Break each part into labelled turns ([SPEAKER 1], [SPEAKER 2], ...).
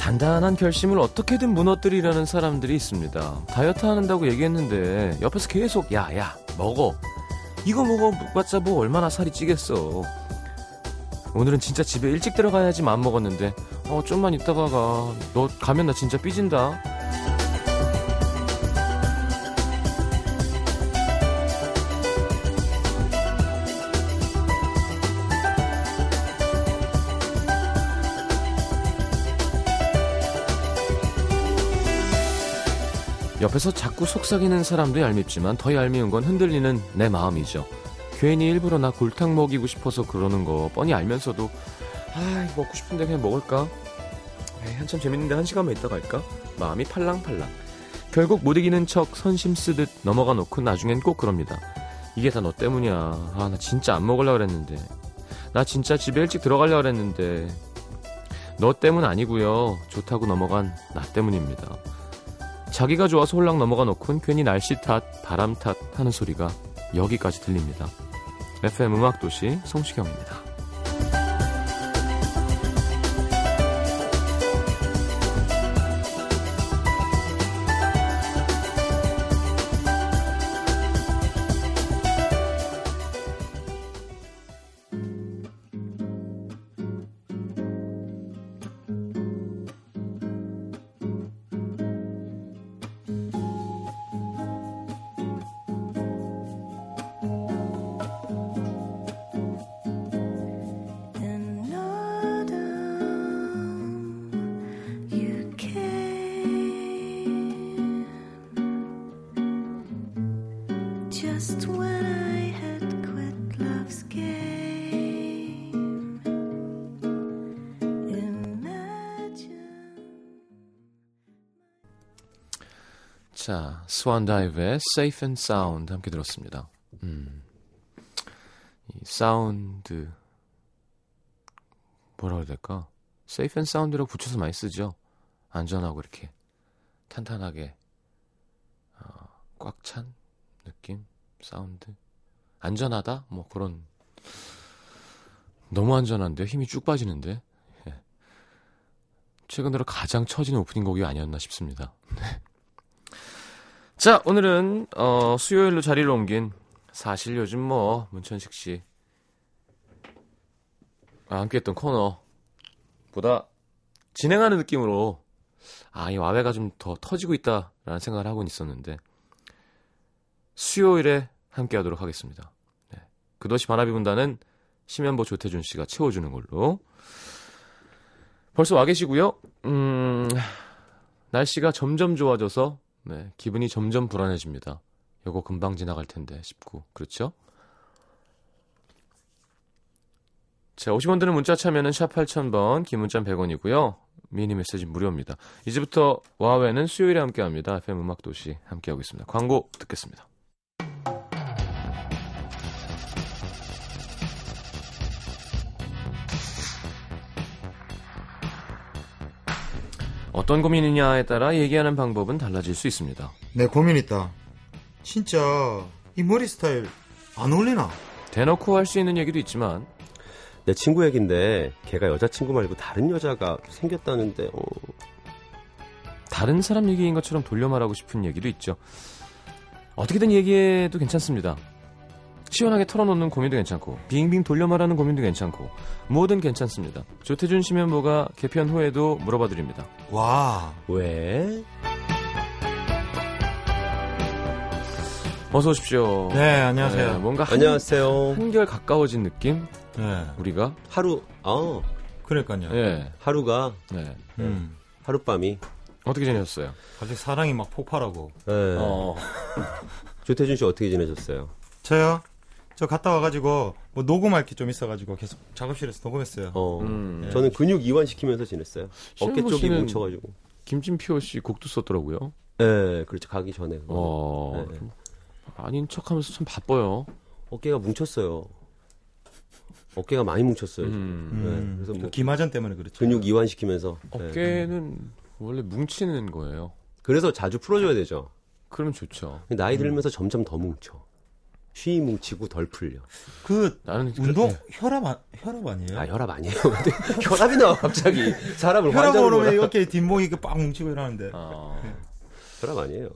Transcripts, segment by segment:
[SPEAKER 1] 단단한 결심을 어떻게든 무너뜨리려는 사람들이 있습니다. 다이어트 한다고 얘기했는데 옆에서 계속 야, 야, 먹어. 이거 먹어 봤자 뭐 얼마나 살이 찌겠어. 오늘은 진짜 집에 일찍 들어가야지 마음 먹었는데 어 좀만 있다가가 너 가면 나 진짜 삐진다. 옆에서 자꾸 속삭이는 사람도 얄밉지만 더 얄미운 건 흔들리는 내 마음이죠. 괜히 일부러 나 골탕 먹이고 싶어서 그러는 거 뻔히 알면서도 아 먹고 싶은데 그냥 먹을까? 에이, 한참 재밌는데 한 시간만 있다 갈까? 마음이 팔랑팔랑. 결국 못 이기는 척 선심 쓰듯 넘어가 놓고 나중엔 꼭 그럽니다. 이게 다 너 때문이야. 아 나 진짜 안 먹으려 그랬는데. 나 진짜 집에 일찍 들어가려 그랬는데. 너 때문 아니고요. 좋다고 넘어간 나 때문입니다. 자기가 좋아서 홀랑 넘어가 놓곤 괜히 날씨 탓, 바람 탓 하는 소리가 여기까지 들립니다. FM 음악도시 성시경입니다.
[SPEAKER 2] In autumn, you came just when I had quit love's game. Imagine.
[SPEAKER 1] 자, 스완다이브의 Safe and Sound 함께 들었습니다. 음, 이 사운드 뭐라 그래야 될까? Safe and Sound라고 붙여서 많이 쓰죠. 안전하고 이렇게 탄탄하게 어, 꽉 찬 느낌, 사운드, 안전하다 뭐 그런 너무 안전한데요. 힘이 쭉 빠지는데. 예. 최근 들어 가장 처진 오프닝 곡이 아니었나 싶습니다. 자, 오늘은 어, 수요일로 자리를 옮긴 사실 요즘 뭐 문천식 씨 아, 함께했던 코너보다 진행하는 느낌으로 아, 이 와회가 좀 더 터지고 있다라는 생각을 하고 있었는데 수요일에 함께하도록 하겠습니다. 네. 그것이 바람이 분다는 심연보 조태준 씨가 채워주는 걸로 벌써 와 계시고요. 음, 날씨가 점점 좋아져서 네, 기분이 점점 불안해집니다. 요거 금방 지나갈 텐데 싶고 그렇죠? 자, 50원 드는 문자 참여는 샵 8000번, 긴 문자 100원이고요. 미니 메시지 무료입니다. 이제부터 와웨는 수요일에 함께합니다. FM 음악 도시 함께하고 있습니다. 광고 듣겠습니다. 어떤 고민이냐에 따라 얘기하는 방법은 달라질 수 있습니다.
[SPEAKER 3] 내 고민 있다. 진짜 이 머리 스타일 안 어울리나?
[SPEAKER 1] 대놓고 할 수 있는 얘기도 있지만
[SPEAKER 4] 내 친구 얘긴데 걔가 여자친구 말고 다른 여자가 생겼다는데 어,
[SPEAKER 1] 다른 사람 얘기인 것처럼 돌려 말하고 싶은 얘기도 있죠. 어떻게든 얘기해도 괜찮습니다. 시원하게 털어놓는 고민도 괜찮고, 빙빙 돌려 말하는 고민도 괜찮고, 뭐든 괜찮습니다. 조태준 심연보가 개편 후에도 물어봐 드립니다.
[SPEAKER 3] 와,
[SPEAKER 4] 왜?
[SPEAKER 1] 어서 오십시오.
[SPEAKER 3] 네 안녕하세요.
[SPEAKER 1] 네, 뭔가 한,
[SPEAKER 4] 안녕하세요.
[SPEAKER 1] 한결 가까워진 느낌?
[SPEAKER 3] 네,
[SPEAKER 1] 우리가?
[SPEAKER 4] 하루 어
[SPEAKER 3] 그러니까요.
[SPEAKER 1] 예.
[SPEAKER 4] 하루가
[SPEAKER 1] 네.
[SPEAKER 3] 음,
[SPEAKER 4] 하룻밤이
[SPEAKER 1] 어떻게 지내셨어요?
[SPEAKER 3] 갑자기 사랑이 막 폭발하고.
[SPEAKER 4] 예.
[SPEAKER 1] 어.
[SPEAKER 4] 조태준 씨 어떻게 지내셨어요?
[SPEAKER 3] 저요? 저 갔다 와가지고 뭐 녹음할 게 좀 있어가지고 계속 작업실에서 녹음했어요.
[SPEAKER 4] 어
[SPEAKER 1] 음.
[SPEAKER 4] 저는 근육 이완 시키면서 지냈어요. 어깨
[SPEAKER 1] 신은보
[SPEAKER 4] 쪽이
[SPEAKER 1] 씨는-
[SPEAKER 4] 뭉쳐가지고.
[SPEAKER 1] 김진표 씨 곡도 썼더라고요.
[SPEAKER 3] 네.
[SPEAKER 4] 예, 그렇죠. 가기 전에. 어.
[SPEAKER 1] 어.
[SPEAKER 4] 네.
[SPEAKER 1] 좀 아닌 척 하면서 참 바빠요.
[SPEAKER 4] 어깨가 뭉쳤어요. 어깨가 많이 뭉쳤어요. 지금.
[SPEAKER 1] 음.
[SPEAKER 3] 음,
[SPEAKER 4] 네, 그래서 뭐-
[SPEAKER 3] 그 김하전 때문에 그렇죠.
[SPEAKER 4] 근육 이완 시키면서.
[SPEAKER 1] 어깨는 원래 뭉치는 거예요.
[SPEAKER 4] 그래서 자주 풀어줘야 되죠.
[SPEAKER 1] 그러면 좋죠.
[SPEAKER 4] 나이 들면서 점점 더 뭉쳐. 쉬이 뭉치고 덜 풀려.
[SPEAKER 3] 그
[SPEAKER 1] 나는 그-
[SPEAKER 3] 운동 혈압 아, 혈압
[SPEAKER 1] 예?
[SPEAKER 3] 아니에요?
[SPEAKER 4] 아 혈압 아니에요. 근데 혈압이 나와 갑자기 사람을
[SPEAKER 3] 혈압으로
[SPEAKER 4] 환장으로
[SPEAKER 3] 왜
[SPEAKER 4] 몰아.
[SPEAKER 3] 이렇게 뒷목이 이렇게 빡 뭉치고 이러는데
[SPEAKER 1] 어.
[SPEAKER 4] 혈압 아니에요.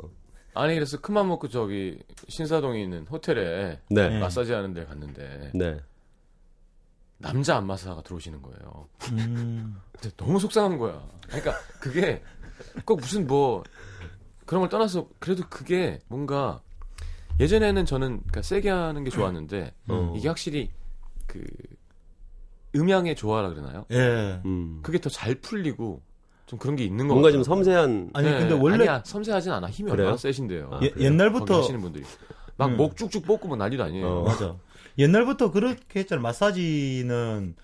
[SPEAKER 1] 아니 그래서 큰맘 먹고 저기 신사동에 있는 호텔에
[SPEAKER 4] 네.
[SPEAKER 3] 네.
[SPEAKER 1] 마사지 하는 데 갔는데
[SPEAKER 4] 네.
[SPEAKER 1] 남자 안마사가 들어오시는 거예요.
[SPEAKER 3] 음.
[SPEAKER 1] 근데 너무 속상한 거야. 그러니까 그게 꼭 무슨 뭐 그런 걸 떠나서 그래도 그게 뭔가 예전에는 저는 그러니까 세게 하는 게 좋았는데
[SPEAKER 4] 어.
[SPEAKER 1] 이게 확실히 그 음향의 조화라 그러나요?
[SPEAKER 3] 예.
[SPEAKER 4] 음.
[SPEAKER 1] 그게 더 잘 풀리고 좀 그런 게 있는 거
[SPEAKER 4] 뭔가
[SPEAKER 1] 같아요.
[SPEAKER 4] 좀 섬세한
[SPEAKER 3] 아니
[SPEAKER 1] 네,
[SPEAKER 3] 근데 원래
[SPEAKER 1] 아니야, 섬세하진 않아 힘이
[SPEAKER 4] 그래요?
[SPEAKER 1] 얼마나 세신데요. 어,
[SPEAKER 4] 아,
[SPEAKER 1] 거기
[SPEAKER 3] 예-
[SPEAKER 4] 그래요?
[SPEAKER 3] 옛날부터
[SPEAKER 1] 하시는 분들이 막
[SPEAKER 3] 음.
[SPEAKER 1] 목 쭉쭉 뽑고 뭐 난리도 아니에요.
[SPEAKER 4] 어.
[SPEAKER 3] 맞아. 옛날부터 그렇게 했잖아. 마사지는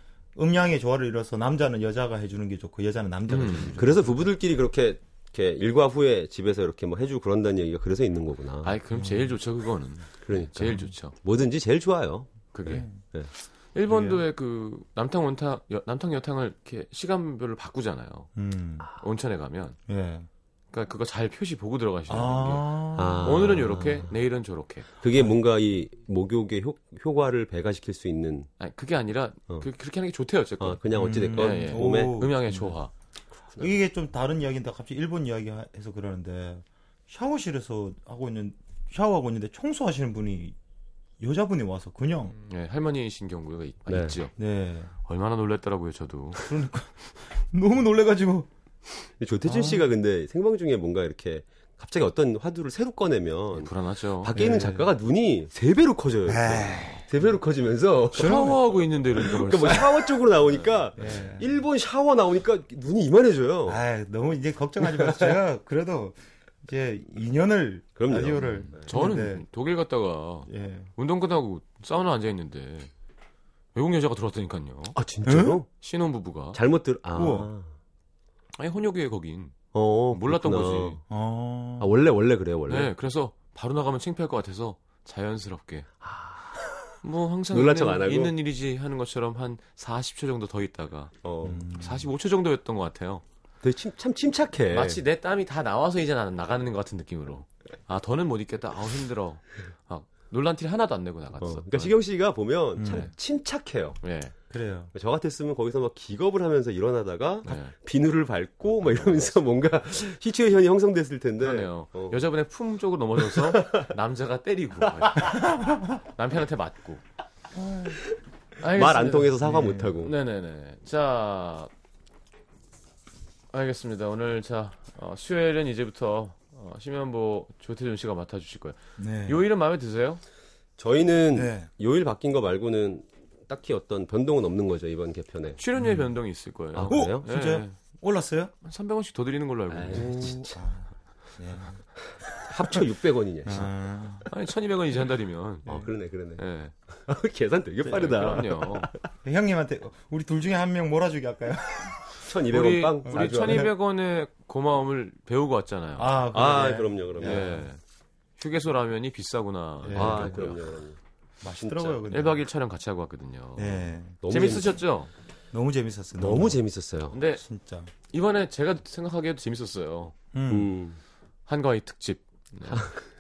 [SPEAKER 3] 음양의 조화를 이뤄서 남자는 여자가 해주는 게 좋고 여자는 남자가
[SPEAKER 1] 음.
[SPEAKER 3] 해주는 게
[SPEAKER 4] 그래서 부부들끼리 그렇게 이렇게 일과 후에 집에서 이렇게 뭐 해주고 그런다는 얘기가 그래서 있는 거구나.
[SPEAKER 1] 아이 그럼 제일 좋죠 그거는.
[SPEAKER 4] 그러니까
[SPEAKER 1] 제일 좋죠.
[SPEAKER 4] 뭐든지 제일 좋아요.
[SPEAKER 1] 그게.
[SPEAKER 4] 네.
[SPEAKER 1] 일본도의 그 남탕 원탕 여- 남탕 여탕을 이렇게 시간별로 바꾸잖아요.
[SPEAKER 3] 좋고. 음.
[SPEAKER 1] 온천에 가면.
[SPEAKER 3] 예.
[SPEAKER 1] 그러니까 그거 잘 표시 보고 들어가시는
[SPEAKER 3] 아.
[SPEAKER 1] 게.
[SPEAKER 4] 아.
[SPEAKER 1] 오늘은 요렇게, 아. 내일은 저렇게.
[SPEAKER 4] 그게 뭔가 이 목욕의 효, 효과를 배가시킬 수 있는
[SPEAKER 1] 아니 그게 아니라
[SPEAKER 4] 어.
[SPEAKER 1] 그, 그렇게 하는 게 좋대요, 어쨌건.
[SPEAKER 4] 아, 그냥 어찌 됐건
[SPEAKER 1] 음, 예, 예.
[SPEAKER 4] 몸에
[SPEAKER 3] 오.
[SPEAKER 1] 음향의 조화.
[SPEAKER 3] 이게 좀 다른 이야기인데 갑자기 일본 이야기 하- 해서 그러는데 샤워실에서 하고 있는 샤워하고 있는데 청소하시는 분이 여자분이 와서 그냥
[SPEAKER 1] 예, 할머니이신 경우가 있,
[SPEAKER 4] 네.
[SPEAKER 1] 죠
[SPEAKER 3] 네
[SPEAKER 1] 얼마나 놀랬더라고요, 저도.
[SPEAKER 3] 너무 놀래가지고
[SPEAKER 4] 근데
[SPEAKER 1] 아.
[SPEAKER 4] 조태준 씨가 근데 생방 중에 뭔가 이렇게 갑자기 어떤 화두를 새로 꺼내면
[SPEAKER 1] 예, 불안하죠. 네.
[SPEAKER 4] 밖에 있는 작가가 눈이 세 배로 커져요. 이렇게. 세 배로 커지면서
[SPEAKER 1] 샤워하고 있는데 이러니까
[SPEAKER 4] 그러니까
[SPEAKER 1] 벌써.
[SPEAKER 4] 뭐 샤워 쪽으로 나오니까
[SPEAKER 3] 예.
[SPEAKER 4] 일본 샤워 나오니까 눈이 이만해져요.
[SPEAKER 3] 아 너무 이제 걱정하지 마세요 제가 그래도 이제 2년을
[SPEAKER 4] 그럼요.
[SPEAKER 3] 라디오를
[SPEAKER 1] 저는
[SPEAKER 4] 네.
[SPEAKER 3] 했는데,
[SPEAKER 1] 독일 갔다가
[SPEAKER 3] 예.
[SPEAKER 1] 운동 끝나고 사우나 앉아 있는데 외국 여자가 들어왔다니까요.
[SPEAKER 4] 아 진짜요?
[SPEAKER 1] 신혼 부부가
[SPEAKER 4] 잘못 들. 아.
[SPEAKER 3] 우와.
[SPEAKER 1] 아니 혼욕이에요 거긴.
[SPEAKER 4] 어
[SPEAKER 1] 몰랐던
[SPEAKER 4] 그렇구나.
[SPEAKER 1] 거지.
[SPEAKER 3] 어.
[SPEAKER 4] 아 원래 원래 그래요 원래.
[SPEAKER 1] 네, 그래서 바로 나가면 창피할 것 같아서 자연스럽게.
[SPEAKER 4] 아.
[SPEAKER 1] 뭐 항상
[SPEAKER 4] 놀란
[SPEAKER 1] 있는,
[SPEAKER 4] 척안 하고?
[SPEAKER 1] 있는 일이지 하는 것처럼 한 40초 정도 더 있다가
[SPEAKER 4] 어.
[SPEAKER 3] 음.
[SPEAKER 1] 45초 정도였던 것 같아요.
[SPEAKER 4] 되게 침, 참 침착해.
[SPEAKER 1] 마치 내 땀이 다 나와서 이제 나는 나가는 것 같은 느낌으로. 아 더는 못 있겠다. 아 힘들어. 아 놀란 티를 하나도 안 내고
[SPEAKER 4] 어,
[SPEAKER 1] 나갔어.
[SPEAKER 4] 그러니까 시경 씨가 보면 참
[SPEAKER 1] 네.
[SPEAKER 4] 침착해요. 그러니까
[SPEAKER 1] 네,
[SPEAKER 3] 그래요
[SPEAKER 4] 저 같았으면 거기서 막 기겁을 하면서 일어나다가
[SPEAKER 1] 네.
[SPEAKER 4] 비누를 밟고 막 이러면서 뭔가 시츄에이션이 형성됐을 텐데.
[SPEAKER 1] 그러네요.
[SPEAKER 4] 어.
[SPEAKER 1] 여자분의 품 쪽으로 넘어져서 남자가 때리고 남편한테 맞고.
[SPEAKER 4] 음. 말 안
[SPEAKER 1] 알겠습니다. 네.
[SPEAKER 4] 통해서 사과 못 하고.
[SPEAKER 1] 네네네. 자, 알겠습니다. 오늘 자 어, 수요일은 이제부터 어, 심연보 조태준 씨가 맡아주실 거예요.
[SPEAKER 3] 네
[SPEAKER 1] 요 일은 마음에 드세요?
[SPEAKER 4] 저희는
[SPEAKER 3] 네.
[SPEAKER 4] 요일 바뀐 거 말고는 딱히 어떤 변동은 없는 거죠 이번 개편에.
[SPEAKER 1] 출연료의 변동이 있을 거예요.
[SPEAKER 4] 아,
[SPEAKER 3] 오
[SPEAKER 4] 그래요?
[SPEAKER 3] 어, 진짜요
[SPEAKER 1] 네.
[SPEAKER 3] 올랐어요
[SPEAKER 1] 300원씩 더 드리는 걸로 알고 있는데.
[SPEAKER 4] 에이,
[SPEAKER 3] 오,
[SPEAKER 4] 진짜
[SPEAKER 3] 아, 네.
[SPEAKER 4] 예. 합쳐 600원이냐.
[SPEAKER 3] 아,
[SPEAKER 1] 아니, 1200원이지 한 달이면.
[SPEAKER 4] 어 그러네 그러네. 아,
[SPEAKER 1] 예.
[SPEAKER 4] 계산 되게 빠르다.
[SPEAKER 1] 네, 그럼요.
[SPEAKER 3] 형님한테 우리 둘 중에 한 명 몰아주기 할까요
[SPEAKER 4] 1,200원
[SPEAKER 1] 우리,
[SPEAKER 4] 빵.
[SPEAKER 1] 우리
[SPEAKER 4] 사주 하나.
[SPEAKER 1] 1200원의 고마움을 배우고 왔잖아요.
[SPEAKER 3] 아,
[SPEAKER 4] 아
[SPEAKER 3] 그러네.
[SPEAKER 4] 그럼요 그럼요.
[SPEAKER 1] 예. 휴게소 라면이 비싸구나.
[SPEAKER 3] 예.
[SPEAKER 4] 아
[SPEAKER 1] 아,
[SPEAKER 4] 그럼요 그럼요.
[SPEAKER 3] 맛있더라고요 근데
[SPEAKER 1] 1박 2일 촬영 같이 하고 왔거든요.
[SPEAKER 3] 네
[SPEAKER 4] 너무
[SPEAKER 1] 재밌으셨죠?
[SPEAKER 3] 너무 재밌었어요
[SPEAKER 4] 너무 재밌었어요.
[SPEAKER 1] 근데
[SPEAKER 3] 진짜
[SPEAKER 1] 이번에 제가 생각하기에도 재밌었어요.
[SPEAKER 3] 음.
[SPEAKER 4] 음.
[SPEAKER 1] 한가위 특집. 네.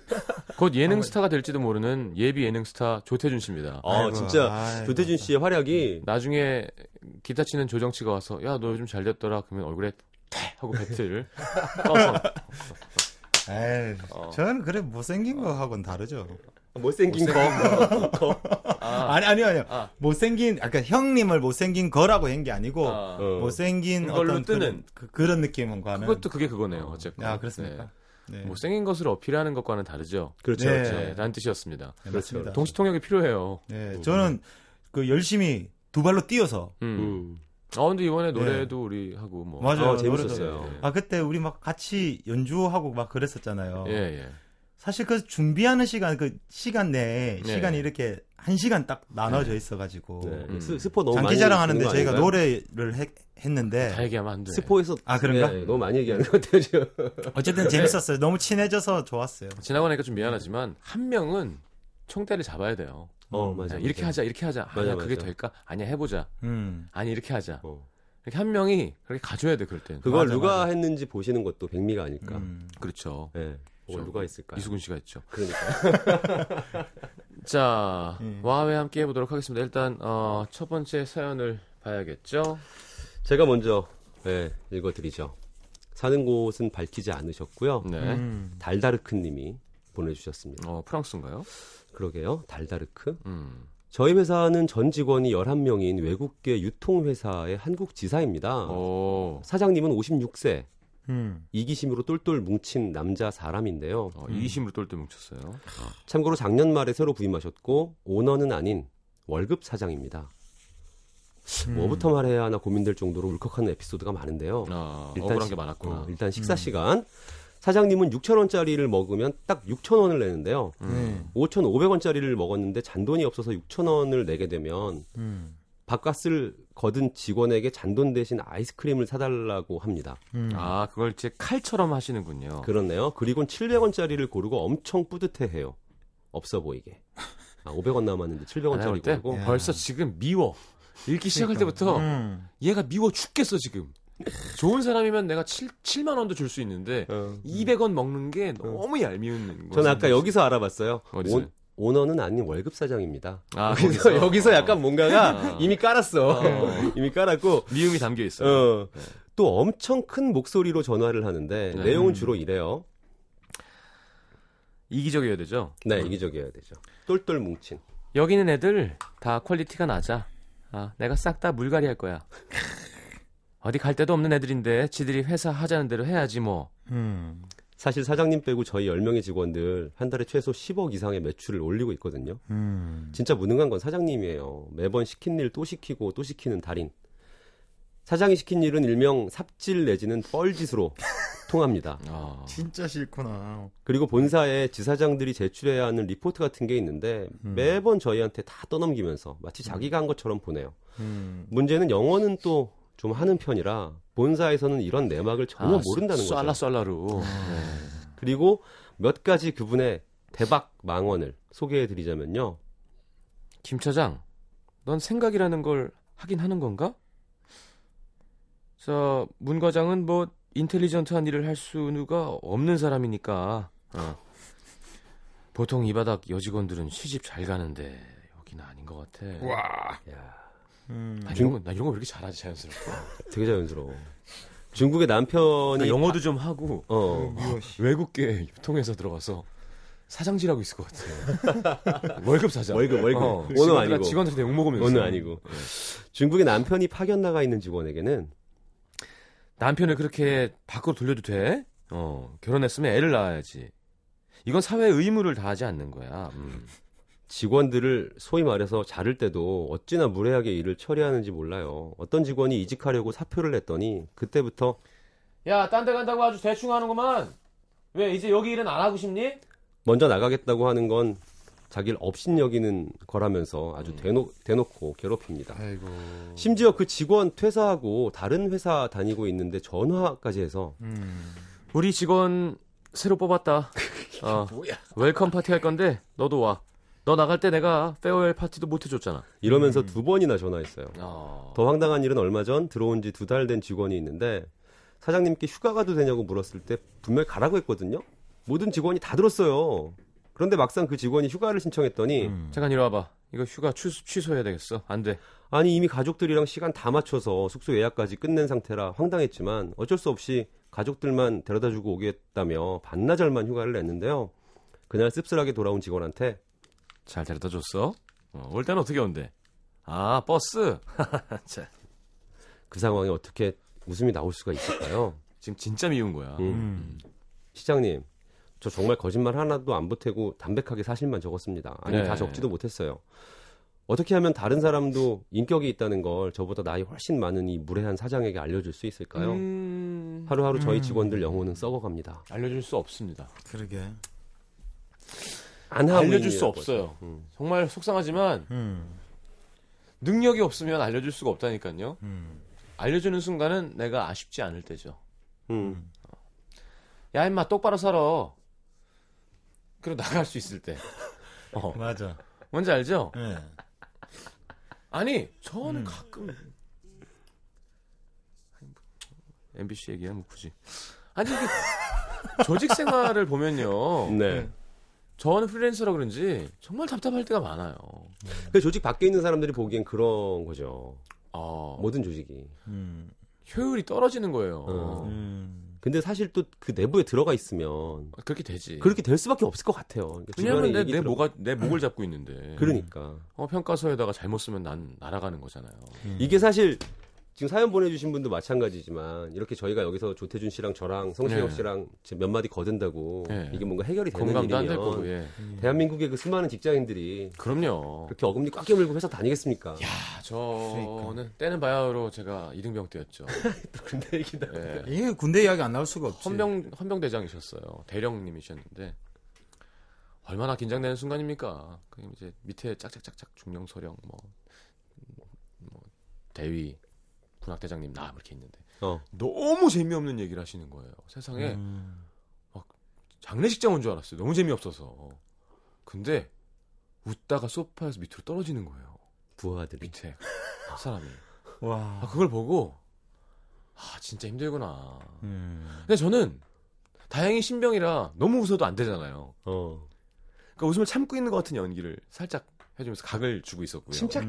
[SPEAKER 1] 곧 예능 스타가 될지도 모르는 예비 예능 스타 조태준 씨입니다.
[SPEAKER 4] 아
[SPEAKER 3] 아이고,
[SPEAKER 4] 진짜
[SPEAKER 3] 아이고.
[SPEAKER 4] 조태준 씨의 활약이
[SPEAKER 1] 나중에 기타 치는 조정치가 와서 야 너 요즘 잘 됐더라 그러면 얼굴에 퇴 하고 배틀 떠서
[SPEAKER 3] 에이,
[SPEAKER 1] 어.
[SPEAKER 3] 저는 그래 못생긴 거하고는 다르죠.
[SPEAKER 4] 못생긴 거. 거.
[SPEAKER 1] 아,
[SPEAKER 3] 아. 니 아니요 아니요.
[SPEAKER 1] 아.
[SPEAKER 3] 못생긴 아까 형님을 못생긴 거라고 한 게 아니고
[SPEAKER 1] 아.
[SPEAKER 4] 어.
[SPEAKER 3] 못생긴
[SPEAKER 1] 그걸로
[SPEAKER 3] 어떤
[SPEAKER 1] 뜨는.
[SPEAKER 3] 그런, 그, 런 느낌과는
[SPEAKER 1] 그것도 그게 그거네요 어쨌건
[SPEAKER 3] 아 그렇습니까? 네.
[SPEAKER 1] 네. 못생긴 것을 어필하는 것과는 다르죠
[SPEAKER 4] 그렇죠.
[SPEAKER 3] 네.
[SPEAKER 1] 네, 라는 뜻이었습니다
[SPEAKER 3] 네,
[SPEAKER 4] 그렇죠.
[SPEAKER 3] 맞습니다.
[SPEAKER 1] 동시통역이 필요해요
[SPEAKER 3] 네, 저는 그 열심히 두 발로 뛰어서
[SPEAKER 1] 음.
[SPEAKER 4] 음.
[SPEAKER 1] 아 근데 이번에 노래도 우리 하고 뭐
[SPEAKER 3] 맞아요.
[SPEAKER 4] 어, 재밌었어요.
[SPEAKER 3] 노래도. 아 그때 우리 막 같이 연주하고 막 그랬었잖아요.
[SPEAKER 1] 예예
[SPEAKER 3] 사실 그 준비하는 시간 그 시간 내에
[SPEAKER 1] 네.
[SPEAKER 3] 시간이 이렇게 한 시간 딱 나눠져 있어가지고
[SPEAKER 4] 네.
[SPEAKER 1] 음.
[SPEAKER 4] 스- 스포 너무
[SPEAKER 3] 장기
[SPEAKER 4] 많이 네.
[SPEAKER 3] 자랑하는데
[SPEAKER 4] 듣는 거
[SPEAKER 3] 저희가
[SPEAKER 4] 아닌가요?
[SPEAKER 3] 노래를 했- 했는데
[SPEAKER 1] 다 얘기하면 안돼
[SPEAKER 4] 예. 스포에서
[SPEAKER 3] 아, 그런가?
[SPEAKER 4] 네, 너무 많이 얘기하는 것 같아요 지금.
[SPEAKER 3] 어쨌든 재밌었어요. 너무 친해져서 좋았어요.
[SPEAKER 4] 네.
[SPEAKER 1] 지나고 나니까 좀 미안하지만 한 명은 총대를 잡아야 돼요
[SPEAKER 4] 어 맞아.
[SPEAKER 1] 네, 이렇게 하자 이렇게 하자
[SPEAKER 4] 맞아,
[SPEAKER 1] 아니야 그게
[SPEAKER 4] 맞아.
[SPEAKER 1] 될까 아니야 해보자
[SPEAKER 3] 음.
[SPEAKER 1] 아니 이렇게 하자
[SPEAKER 4] 어.
[SPEAKER 1] 이렇게 한 명이 그렇게 가줘야 돼 그럴 땐
[SPEAKER 4] 그걸
[SPEAKER 3] 맞아,
[SPEAKER 4] 누가 했는지 보시는 것도 백미가 아닐까.
[SPEAKER 3] 음.
[SPEAKER 1] 그렇죠
[SPEAKER 4] 예. 그걸
[SPEAKER 1] 그렇죠.
[SPEAKER 4] 누가 했을까.
[SPEAKER 1] 이수근 씨가 했죠.
[SPEAKER 4] 그러니까.
[SPEAKER 1] 자,
[SPEAKER 3] 음.
[SPEAKER 1] 와we 함께 해보도록 하겠습니다. 일단 어, 첫 번째 사연을 봐야겠죠.
[SPEAKER 4] 제가 먼저 예, 읽어드리죠. 사는 곳은 밝히지 않으셨고요.
[SPEAKER 1] 네,
[SPEAKER 3] 음.
[SPEAKER 4] 달다르크님이 보내주셨습니다.
[SPEAKER 1] 어, 프랑스인가요?
[SPEAKER 4] 그러게요, 달다르크.
[SPEAKER 1] 음,
[SPEAKER 4] 저희 회사는 전 직원이 11명인 외국계 유통회사의 한국 지사입니다.
[SPEAKER 1] 어. 오,
[SPEAKER 4] 사장님은 56세,
[SPEAKER 3] 음.
[SPEAKER 4] 이기심으로 똘똘 뭉친 남자 사람인데요.
[SPEAKER 1] 어, 이심을 똘똘 뭉쳤어요.
[SPEAKER 4] 참고로 작년 말에 새로 부임하셨고 오너는 아닌 월급 사장입니다.
[SPEAKER 3] 음.
[SPEAKER 4] 뭐부터 말해야 하나 고민될 정도로 울컥하는 에피소드가 많은데요.
[SPEAKER 1] 아,
[SPEAKER 4] 일단
[SPEAKER 1] 억울한
[SPEAKER 4] 시-
[SPEAKER 1] 게 많았구나.
[SPEAKER 4] 어, 일단 식사 시간. 사장님은 6,000원짜리를 먹으면 딱 6,000원을 내는데요.
[SPEAKER 3] 음.
[SPEAKER 4] 5,500원짜리를 먹었는데 잔돈이 없어서 6,000원을 내게 되면
[SPEAKER 3] 음.
[SPEAKER 4] 밥값을 거둔 직원에게 잔돈 대신 아이스크림을 사달라고 합니다.
[SPEAKER 3] 음.
[SPEAKER 1] 아, 그걸 이제 칼처럼 하시는군요.
[SPEAKER 4] 그렇네요. 그리고 700원짜리를 고르고 엄청 뿌듯해해요. 없어 보이게. 아, 500원 남았는데
[SPEAKER 1] 안 해볼
[SPEAKER 4] 700원짜리
[SPEAKER 1] 때 어,
[SPEAKER 4] 고르고.
[SPEAKER 3] 야.
[SPEAKER 1] 벌써 지금 미워. 읽기 시작할 때부터
[SPEAKER 3] 음.
[SPEAKER 1] 얘가 미워 죽겠어 지금. 좋은 사람이면 내가 7, 7만 원도 줄 수 있는데
[SPEAKER 4] 예.
[SPEAKER 1] 200원 먹는 게 너무 얄미운 거예요.
[SPEAKER 4] 어. 음. 저는 아까 여기서 알아봤어요.
[SPEAKER 1] 어디서요?
[SPEAKER 4] 오, 너는 아닌 월급 사장입니다.
[SPEAKER 1] 아,
[SPEAKER 4] 그래서
[SPEAKER 1] 거기서?
[SPEAKER 4] 여기서 약간 뭔가가
[SPEAKER 1] 아.
[SPEAKER 4] 이미 깔았어.
[SPEAKER 1] 어.
[SPEAKER 4] 이미 깔았고
[SPEAKER 1] 미움이 담겨 있어요.
[SPEAKER 4] 어. 또 엄청 큰 목소리로 전화를 하는데
[SPEAKER 1] 네.
[SPEAKER 4] 내용은 주로 이래요.
[SPEAKER 1] 이기적이어야 되죠.
[SPEAKER 4] 네, 이기적이어야 되죠. 똘똘 뭉친.
[SPEAKER 1] 여기는 애들 다 퀄리티가 낮아. 아, 내가 싹 다 물갈이 할 거야. 어디 갈 데도 없는 애들인데 지들이 회사 하자는 대로 해야지 뭐.
[SPEAKER 3] 음.
[SPEAKER 4] 사실 사장님 빼고 저희 10명의 직원들 한 달에 최소 10억 이상의 매출을 올리고 있거든요.
[SPEAKER 3] 음.
[SPEAKER 4] 진짜 무능한 건 사장님이에요. 매번 시킨 일 또 시키고 또 시키는 달인. 사장이 시킨 일은 일명 삽질 내지는 뻘짓으로 통합니다.
[SPEAKER 1] 아,
[SPEAKER 3] 진짜 싫구나.
[SPEAKER 4] 그리고 본사에 지사장들이 제출해야 하는 리포트 같은 게 있는데
[SPEAKER 1] 음.
[SPEAKER 4] 매번 저희한테 다 떠넘기면서 마치 자기가 한 것처럼 보내요.
[SPEAKER 3] 음.
[SPEAKER 4] 문제는 영어는 또 좀 하는 편이라 본사에서는 이런 내막을 전혀
[SPEAKER 1] 아,
[SPEAKER 4] 모른다는 거죠. 아.
[SPEAKER 1] 쏠라 쏠라로. 네.
[SPEAKER 4] 그리고 몇 가지 그분의 대박 망언을 소개해 드리자면요.
[SPEAKER 1] 김 차장, 넌 생각이라는 걸 하긴 하는 건가? 저, 문 과장은 뭐, 인텔리전트한 일을 할 수가 없는 사람이니까. 어. 보통 이 바닥 여직원들은 시집 잘 가는데, 여기는 아닌 것 같아.
[SPEAKER 3] 와.
[SPEAKER 4] 야,
[SPEAKER 3] 음.
[SPEAKER 1] 나 이런 거, 나 이런 거 왜 이렇게 잘하지, 자연스럽게.
[SPEAKER 4] 되게 자연스러워. 중국의 남편이
[SPEAKER 1] 나 영어도 좀 하고,
[SPEAKER 4] 어,
[SPEAKER 3] 미워, 씨.
[SPEAKER 1] 외국계 유통회사 들어가서 사장질하고 있을 것 같아. 월급 사장.
[SPEAKER 4] 월급, 월급.
[SPEAKER 1] 어,
[SPEAKER 4] 오늘
[SPEAKER 1] 직원들,
[SPEAKER 4] 아니고.
[SPEAKER 1] 직원들한테 욕먹으면서.
[SPEAKER 4] 오늘 아니고
[SPEAKER 1] 네.
[SPEAKER 4] 중국의 남편이 파견 나가 있는 직원에게는
[SPEAKER 1] 남편을 그렇게 밖으로 돌려도 돼? 어, 결혼했으면 애를 낳아야지. 이건 사회의 의무를 다하지 않는 거야. 음.
[SPEAKER 4] 직원들을 소위 말해서 자를 때도 어찌나 무례하게 일을 처리하는지 몰라요. 어떤 직원이 이직하려고 사표를 냈더니 그때부터
[SPEAKER 1] 야, 딴 데 간다고 아주 대충 하는구만. 왜 이제 여기 일은 안 하고 싶니?
[SPEAKER 4] 먼저 나가겠다고 하는 건 자기를 업신여기는 거라면서 아주 대놓, 대놓고 괴롭힙니다.
[SPEAKER 3] 음. 아이고.
[SPEAKER 4] 심지어 그 직원 퇴사하고 다른 회사 다니고 있는데 전화까지 해서
[SPEAKER 3] 음.
[SPEAKER 1] 우리 직원 새로 뽑았다. 어, 웰컴 파티 할 건데 너도 와. 너 나갈 때 내가 페어웰 파티도 못 해줬잖아.
[SPEAKER 3] 음.
[SPEAKER 4] 이러면서 두 번이나 전화했어요.
[SPEAKER 1] 어.
[SPEAKER 4] 더 황당한 일은 얼마 전 들어온 지 두 달 된 직원이 있는데 사장님께 휴가 가도 되냐고 물었을 때 분명 히 가라고 했거든요. 모든 직원이 다 들었어요. 그런데 막상 그 직원이 휴가를 신청했더니
[SPEAKER 3] 음.
[SPEAKER 1] 잠깐 이리 와봐. 이거 휴가 취, 취소해야 되겠어. 안 돼.
[SPEAKER 4] 아니 이미 가족들이랑 시간 다 맞춰서 숙소 예약까지 끝낸 상태라 황당했지만 어쩔 수 없이 가족들만 데려다주고 오겠다며 반나절만 휴가를 냈는데요. 그날 씁쓸하게 돌아온 직원한테
[SPEAKER 1] 잘 데려다 줬어. 어, 올 때는 어떻게 온대? 아 버스. 자,
[SPEAKER 4] 그 상황에 어떻게 웃음이 나올 수가 있을까요?
[SPEAKER 1] 지금 진짜 미운 거야.
[SPEAKER 3] 음.
[SPEAKER 4] 시장님, 저 정말 거짓말 하나도 안 보태고 담백하게 사실만 적었습니다. 아니,
[SPEAKER 1] 네.
[SPEAKER 4] 다 적지도 못했어요. 어떻게 하면 다른 사람도 인격이 있다는 걸 저보다 나이 훨씬 많은 이 무례한 사장에게 알려줄 수 있을까요?
[SPEAKER 1] 음,
[SPEAKER 4] 하루하루 저희 직원들 영혼은 썩어갑니다.
[SPEAKER 1] 알려줄 수 없습니다.
[SPEAKER 3] 그러게.
[SPEAKER 4] 안 하고
[SPEAKER 1] 알려줄
[SPEAKER 4] 있는
[SPEAKER 1] 수
[SPEAKER 4] 여러분.
[SPEAKER 1] 없어요.
[SPEAKER 4] 네. 음.
[SPEAKER 1] 정말 속상하지만
[SPEAKER 3] 음.
[SPEAKER 1] 능력이 없으면 알려줄 수가 없다니까요.
[SPEAKER 3] 음.
[SPEAKER 1] 알려주는 순간은 내가 아쉽지 않을 때죠.
[SPEAKER 4] 음.
[SPEAKER 1] 야 임마 똑바로 살아. 그리고 나갈 수 있을 때. 어.
[SPEAKER 3] 맞아.
[SPEAKER 1] 뭔지 알죠?
[SPEAKER 3] 예.
[SPEAKER 1] 아니
[SPEAKER 4] 음.
[SPEAKER 1] 저는 가끔 MBC 얘기야 뭐 굳이. 아니 이게 조직 생활을 보면요.
[SPEAKER 4] 어, 네.
[SPEAKER 1] 저는 프리랜서라 그런지 정말 답답할 때가 많아요.
[SPEAKER 4] 그 조직 밖에 있는 사람들이 보기엔 그런 거죠.
[SPEAKER 1] 어,
[SPEAKER 4] 모든 조직이.
[SPEAKER 3] 음.
[SPEAKER 1] 효율이 떨어지는 거예요.
[SPEAKER 4] 뭐 어.
[SPEAKER 3] 음.
[SPEAKER 4] 근데 사실 또 그 내부에 들어가 있으면
[SPEAKER 1] 그렇게 되지.
[SPEAKER 4] 그렇게 될 수밖에 없을 것 같아요. 그러니까
[SPEAKER 1] 왜냐하면
[SPEAKER 4] 주변에
[SPEAKER 1] 내,
[SPEAKER 4] 얘기
[SPEAKER 1] 내
[SPEAKER 4] 들어-
[SPEAKER 1] 뭐가 내 목을 잡고 있는데.
[SPEAKER 4] 그러니까
[SPEAKER 1] 어, 평가서에다가 잘못 쓰면 난 날아가는 거잖아요.
[SPEAKER 4] 이게 사실 지금 사연 보내주신 분도 마찬가지지만 이렇게 저희가 여기서 조태준 씨랑 저랑 성시경
[SPEAKER 1] 네.
[SPEAKER 4] 씨랑 지금 몇 마디 거둔다고
[SPEAKER 1] 네.
[SPEAKER 4] 이게 뭔가 해결이 되는
[SPEAKER 1] 건강도 안 될 거고.
[SPEAKER 4] 일이면
[SPEAKER 1] 예.
[SPEAKER 4] 대한민국의 그 수많은 직장인들이
[SPEAKER 1] 그럼요.
[SPEAKER 4] 그렇게 어금니 꽉 깨물고 회사 다니겠습니까?
[SPEAKER 1] 아, 저는 때는 바야흐로 제가 이등병 때였죠.
[SPEAKER 4] 또 근데 얘기다.
[SPEAKER 1] 예.
[SPEAKER 5] 이게 군대 이야기 안 나올 수가 없지.
[SPEAKER 1] 헌병 헌병 대장이셨어요. 대령님이셨는데 얼마나 긴장되는 순간입니까? 그 이제 밑에 짝짝짝짝 중령 서령 뭐, 뭐 대위 군악 대장님 나 이렇게 있는데
[SPEAKER 4] 어.
[SPEAKER 1] 너무 재미없는 얘기를 하시는 거예요. 세상에
[SPEAKER 3] 음.
[SPEAKER 1] 장례식장 온 줄 알았어요. 너무 재미없어서. 근데 웃다가 소파에서 밑으로 떨어지는 거예요.
[SPEAKER 4] 부하들이.
[SPEAKER 1] 밑에 그 사람이. 아
[SPEAKER 3] 와.
[SPEAKER 1] 그걸 보고 아 진짜 힘들구나.
[SPEAKER 3] 음.
[SPEAKER 1] 근데 저는 다행히 신병이라 너무 웃어도 안 되잖아요.
[SPEAKER 4] 어.
[SPEAKER 1] 그러니까 웃음을 참고 있는 것 같은 연기를 살짝 해주면서 각을 주고 있었고요. 네.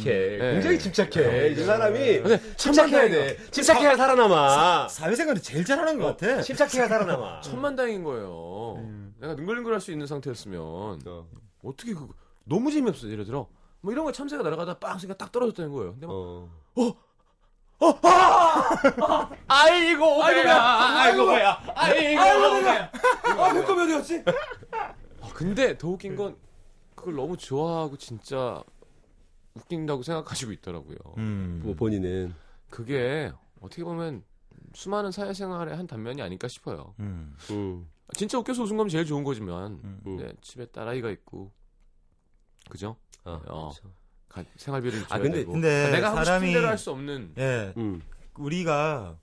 [SPEAKER 4] 굉장히 침착해. 이 사람이
[SPEAKER 1] 근데
[SPEAKER 4] 네. 침착해야
[SPEAKER 1] 천만다행-
[SPEAKER 4] 돼. 침착해야 살아남아. 네.
[SPEAKER 3] 사회생활이 제일 잘하는
[SPEAKER 1] 어,
[SPEAKER 3] 것 같아.
[SPEAKER 4] 침착해야 살아남아.
[SPEAKER 1] 천만다행인 거예요.
[SPEAKER 3] 음.
[SPEAKER 1] 내가 능글능글할 수 있는 상태였으면
[SPEAKER 4] 어.
[SPEAKER 1] 어떻게 그 너무 재미없어 예를 들어 뭐 이런 거 참새가 날아가다 빵 소리가 딱 떨어졌다는 거예요. 근데 막
[SPEAKER 4] 어.
[SPEAKER 1] 아이고 배야
[SPEAKER 4] 아이고 뭐야.
[SPEAKER 1] 아이고 배야 아내거 어디였지? 아, 근데 더 웃긴 건 그걸 너무 좋아하고 진짜 웃긴다고 생각하시고 있더라고요.
[SPEAKER 3] 음.
[SPEAKER 4] 뭐 본인은
[SPEAKER 1] 그게 어떻게 보면 수많은 사회생활의 한 단면이 아닐까 싶어요.
[SPEAKER 3] 음.
[SPEAKER 4] 음.
[SPEAKER 1] 진짜 웃겨서 웃은 거면 제일 좋은 거지만
[SPEAKER 3] 음.
[SPEAKER 4] 음.
[SPEAKER 1] 네, 집에 딸아이가 있고 그죠?
[SPEAKER 4] 아,
[SPEAKER 1] 어.
[SPEAKER 4] 그렇죠.
[SPEAKER 1] 가- 생활비를 줘야
[SPEAKER 4] 아, 근데-
[SPEAKER 1] 되고
[SPEAKER 3] 근데
[SPEAKER 1] 그러니까 내가 하고
[SPEAKER 3] 사람이-
[SPEAKER 1] 싶은 대로 할 수 없는
[SPEAKER 3] 예.
[SPEAKER 4] 음.
[SPEAKER 3] 우리가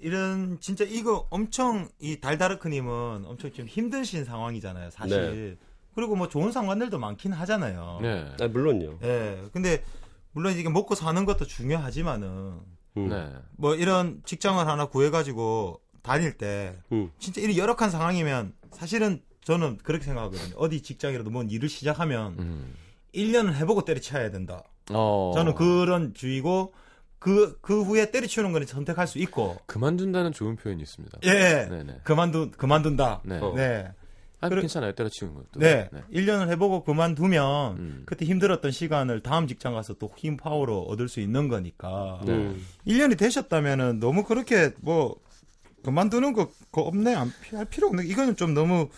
[SPEAKER 3] 이런 진짜 이거 엄청 이 달다르크님은 엄청 좀 힘든 신 상황이잖아요, 사실. 그리고 뭐 좋은 상관들도 많긴 하잖아요.
[SPEAKER 1] 네.
[SPEAKER 4] 아, 물론요.
[SPEAKER 3] 예. 근데 물론 이게 먹고 사는 것도 중요하지만은
[SPEAKER 4] 음.
[SPEAKER 1] 네.
[SPEAKER 3] 뭐 이런 직장을 하나 구해가지고 다닐 때
[SPEAKER 4] 음.
[SPEAKER 3] 진짜 이런 열악한 상황이면 사실은 저는 그렇게 생각하거든요. 어디 직장이라도 뭔 일을 시작하면
[SPEAKER 1] 음.
[SPEAKER 3] 1년은 해보고 때려쳐야 된다.
[SPEAKER 1] 어.
[SPEAKER 3] 저는 그런 주의고 그, 그 후에 때려치우는 건 선택할 수 있고.
[SPEAKER 1] 그만둔다는 좋은 표현이 있습니다.
[SPEAKER 3] 예.
[SPEAKER 1] 네네.
[SPEAKER 3] 그만둔, 그만둔다.
[SPEAKER 1] 네.
[SPEAKER 4] 어.
[SPEAKER 3] 네.
[SPEAKER 1] 아,
[SPEAKER 3] 그래-
[SPEAKER 1] 괜찮아요. 때려치우는 것도.
[SPEAKER 3] 네. 1년을 해보고 그만두면
[SPEAKER 1] 음.
[SPEAKER 3] 그때 힘들었던 시간을 다음 직장 가서 또 힘 파워로 얻을 수 있는 거니까.
[SPEAKER 1] 네.
[SPEAKER 4] 음.
[SPEAKER 3] 1년이 되셨다면은 너무 그렇게 뭐 그만두는 거, 거 없네. 안, 피- 할 필요 없네. 이거는 좀 너무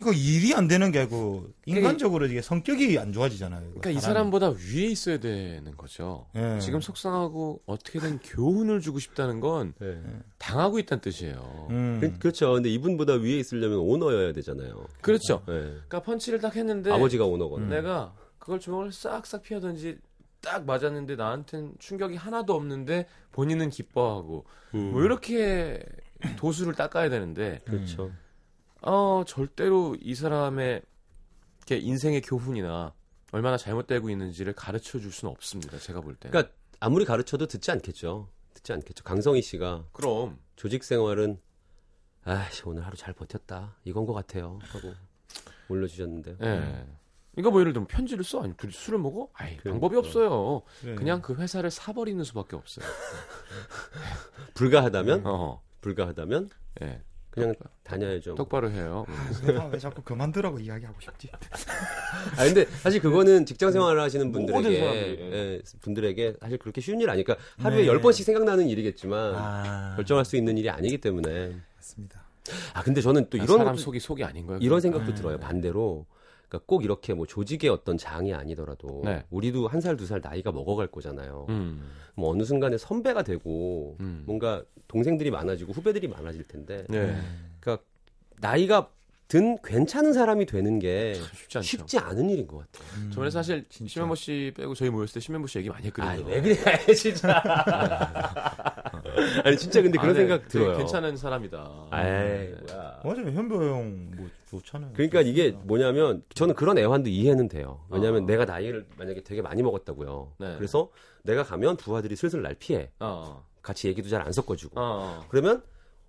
[SPEAKER 3] 이거 일이 안 되는 게 아니고
[SPEAKER 4] 그러니까
[SPEAKER 3] 인간적으로 이게 성격이 안 좋아지잖아요. 이거
[SPEAKER 1] 그러니까 이
[SPEAKER 3] 사람이.
[SPEAKER 1] 사람보다 위에 있어야 되는 거죠.
[SPEAKER 3] 예.
[SPEAKER 1] 지금 속상하고 어떻게든 교훈을 주고 싶다는 건
[SPEAKER 4] 네.
[SPEAKER 1] 당하고 있다는 뜻이에요.
[SPEAKER 3] 음.
[SPEAKER 4] 그, 그렇죠. 근데 이분보다 위에 있으려면 오너여야 되잖아요.
[SPEAKER 1] 그렇죠.
[SPEAKER 4] 네.
[SPEAKER 1] 그러니까 펀치를 딱 했는데
[SPEAKER 4] 아버지가 음. 오너거나.
[SPEAKER 1] 내가 그걸 주먹을 싹싹 피하든지 딱 맞았는데 나한텐 충격이 하나도 없는데 본인은 기뻐하고
[SPEAKER 4] 음.
[SPEAKER 1] 뭐 이렇게 도수를 닦아야 되는데
[SPEAKER 4] 그렇죠.
[SPEAKER 1] 어 절대로 이 사람의 이렇게 인생의 교훈이나 얼마나 잘못되고 있는지를 가르쳐 줄 수는 없습니다. 제가 볼 때는.
[SPEAKER 4] 그러니까 아무리 가르쳐도 듣지 않겠죠. 듣지 않겠죠. 강성희 씨가
[SPEAKER 1] 그럼
[SPEAKER 4] 조직 생활은 아씨 오늘 하루 잘 버텼다. 이건 것 같아요. 하고 올려주셨는데요.
[SPEAKER 1] 예.
[SPEAKER 4] 음.
[SPEAKER 1] 그러니까 뭐 예를 들면 편지를 써 아니 둘이 술을 먹어? 아이
[SPEAKER 4] 그러니까.
[SPEAKER 1] 방법이 없어요.
[SPEAKER 4] 네.
[SPEAKER 1] 그냥 그 회사를 사버리는 수밖에 없어요.
[SPEAKER 4] 불가하다면
[SPEAKER 1] 어,
[SPEAKER 4] 불가하다면
[SPEAKER 1] 예.
[SPEAKER 4] 그냥 다녀야죠.
[SPEAKER 1] 똑바로 해요. 음.
[SPEAKER 3] 그
[SPEAKER 5] 내가 왜 자꾸 그만두라고 이야기하고 싶지?
[SPEAKER 4] 아 근데 사실 그거는 직장 생활을 하시는 분들에게
[SPEAKER 1] 음, 모든 사람들이, 예.
[SPEAKER 4] 예, 분들에게 사실 그렇게 쉬운 일 아니까 하루에
[SPEAKER 3] 네.
[SPEAKER 4] 열 번씩 생각나는 일이겠지만
[SPEAKER 3] 아,
[SPEAKER 4] 결정할 수 있는 일이 아니기 때문에
[SPEAKER 3] 맞습니다.
[SPEAKER 4] 아 근데 저는 또
[SPEAKER 1] 야,
[SPEAKER 4] 이런
[SPEAKER 1] 사람
[SPEAKER 4] 것도-
[SPEAKER 1] 속이 속이 아닌 거예요.
[SPEAKER 4] 이런
[SPEAKER 1] 그러니까.
[SPEAKER 4] 생각도 들어요. 반대로 그러니까 꼭 이렇게 뭐 조직의 어떤 장이 아니더라도
[SPEAKER 1] 네.
[SPEAKER 4] 우리도 한 살 두 살 나이가 먹어갈 거잖아요.
[SPEAKER 1] 음.
[SPEAKER 4] 뭐 어느 순간에 선배가 되고
[SPEAKER 1] 음.
[SPEAKER 4] 뭔가 동생들이 많아지고 후배들이 많아질 텐데
[SPEAKER 1] 네.
[SPEAKER 4] 그러니까 나이가 든 괜찮은 사람이 되는 게
[SPEAKER 1] 쉽지 않죠. 음.
[SPEAKER 4] 쉽지 않은 일인 것 같아요.
[SPEAKER 1] 저번에 사실 심현보 씨 빼고 저희 모였을 때 심현보 씨 얘기 많이
[SPEAKER 4] 아니
[SPEAKER 1] 했거든요. 어.
[SPEAKER 4] 왜 그래 진짜. 아니 진짜 근데 그런
[SPEAKER 1] 아, 네,
[SPEAKER 4] 생각
[SPEAKER 1] 되게
[SPEAKER 4] 들어요.
[SPEAKER 1] 괜찮은 사람이다.
[SPEAKER 4] 에이,
[SPEAKER 1] 네.
[SPEAKER 4] 뭐야.
[SPEAKER 3] 맞아요. 현보 형뭐 좋잖아요.
[SPEAKER 4] 그러니까 이게 뭐냐면 저는 그런 애환도 이해는 돼요. 왜냐하면
[SPEAKER 1] 아.
[SPEAKER 4] 내가 나이를 만약에 되게 많이 먹었다고요.
[SPEAKER 1] 네.
[SPEAKER 4] 그래서 내가 가면 부하들이 슬슬 날 피해.
[SPEAKER 1] 어.
[SPEAKER 4] 같이 얘기도 잘 안 섞어주고.
[SPEAKER 1] 어.
[SPEAKER 4] 그러면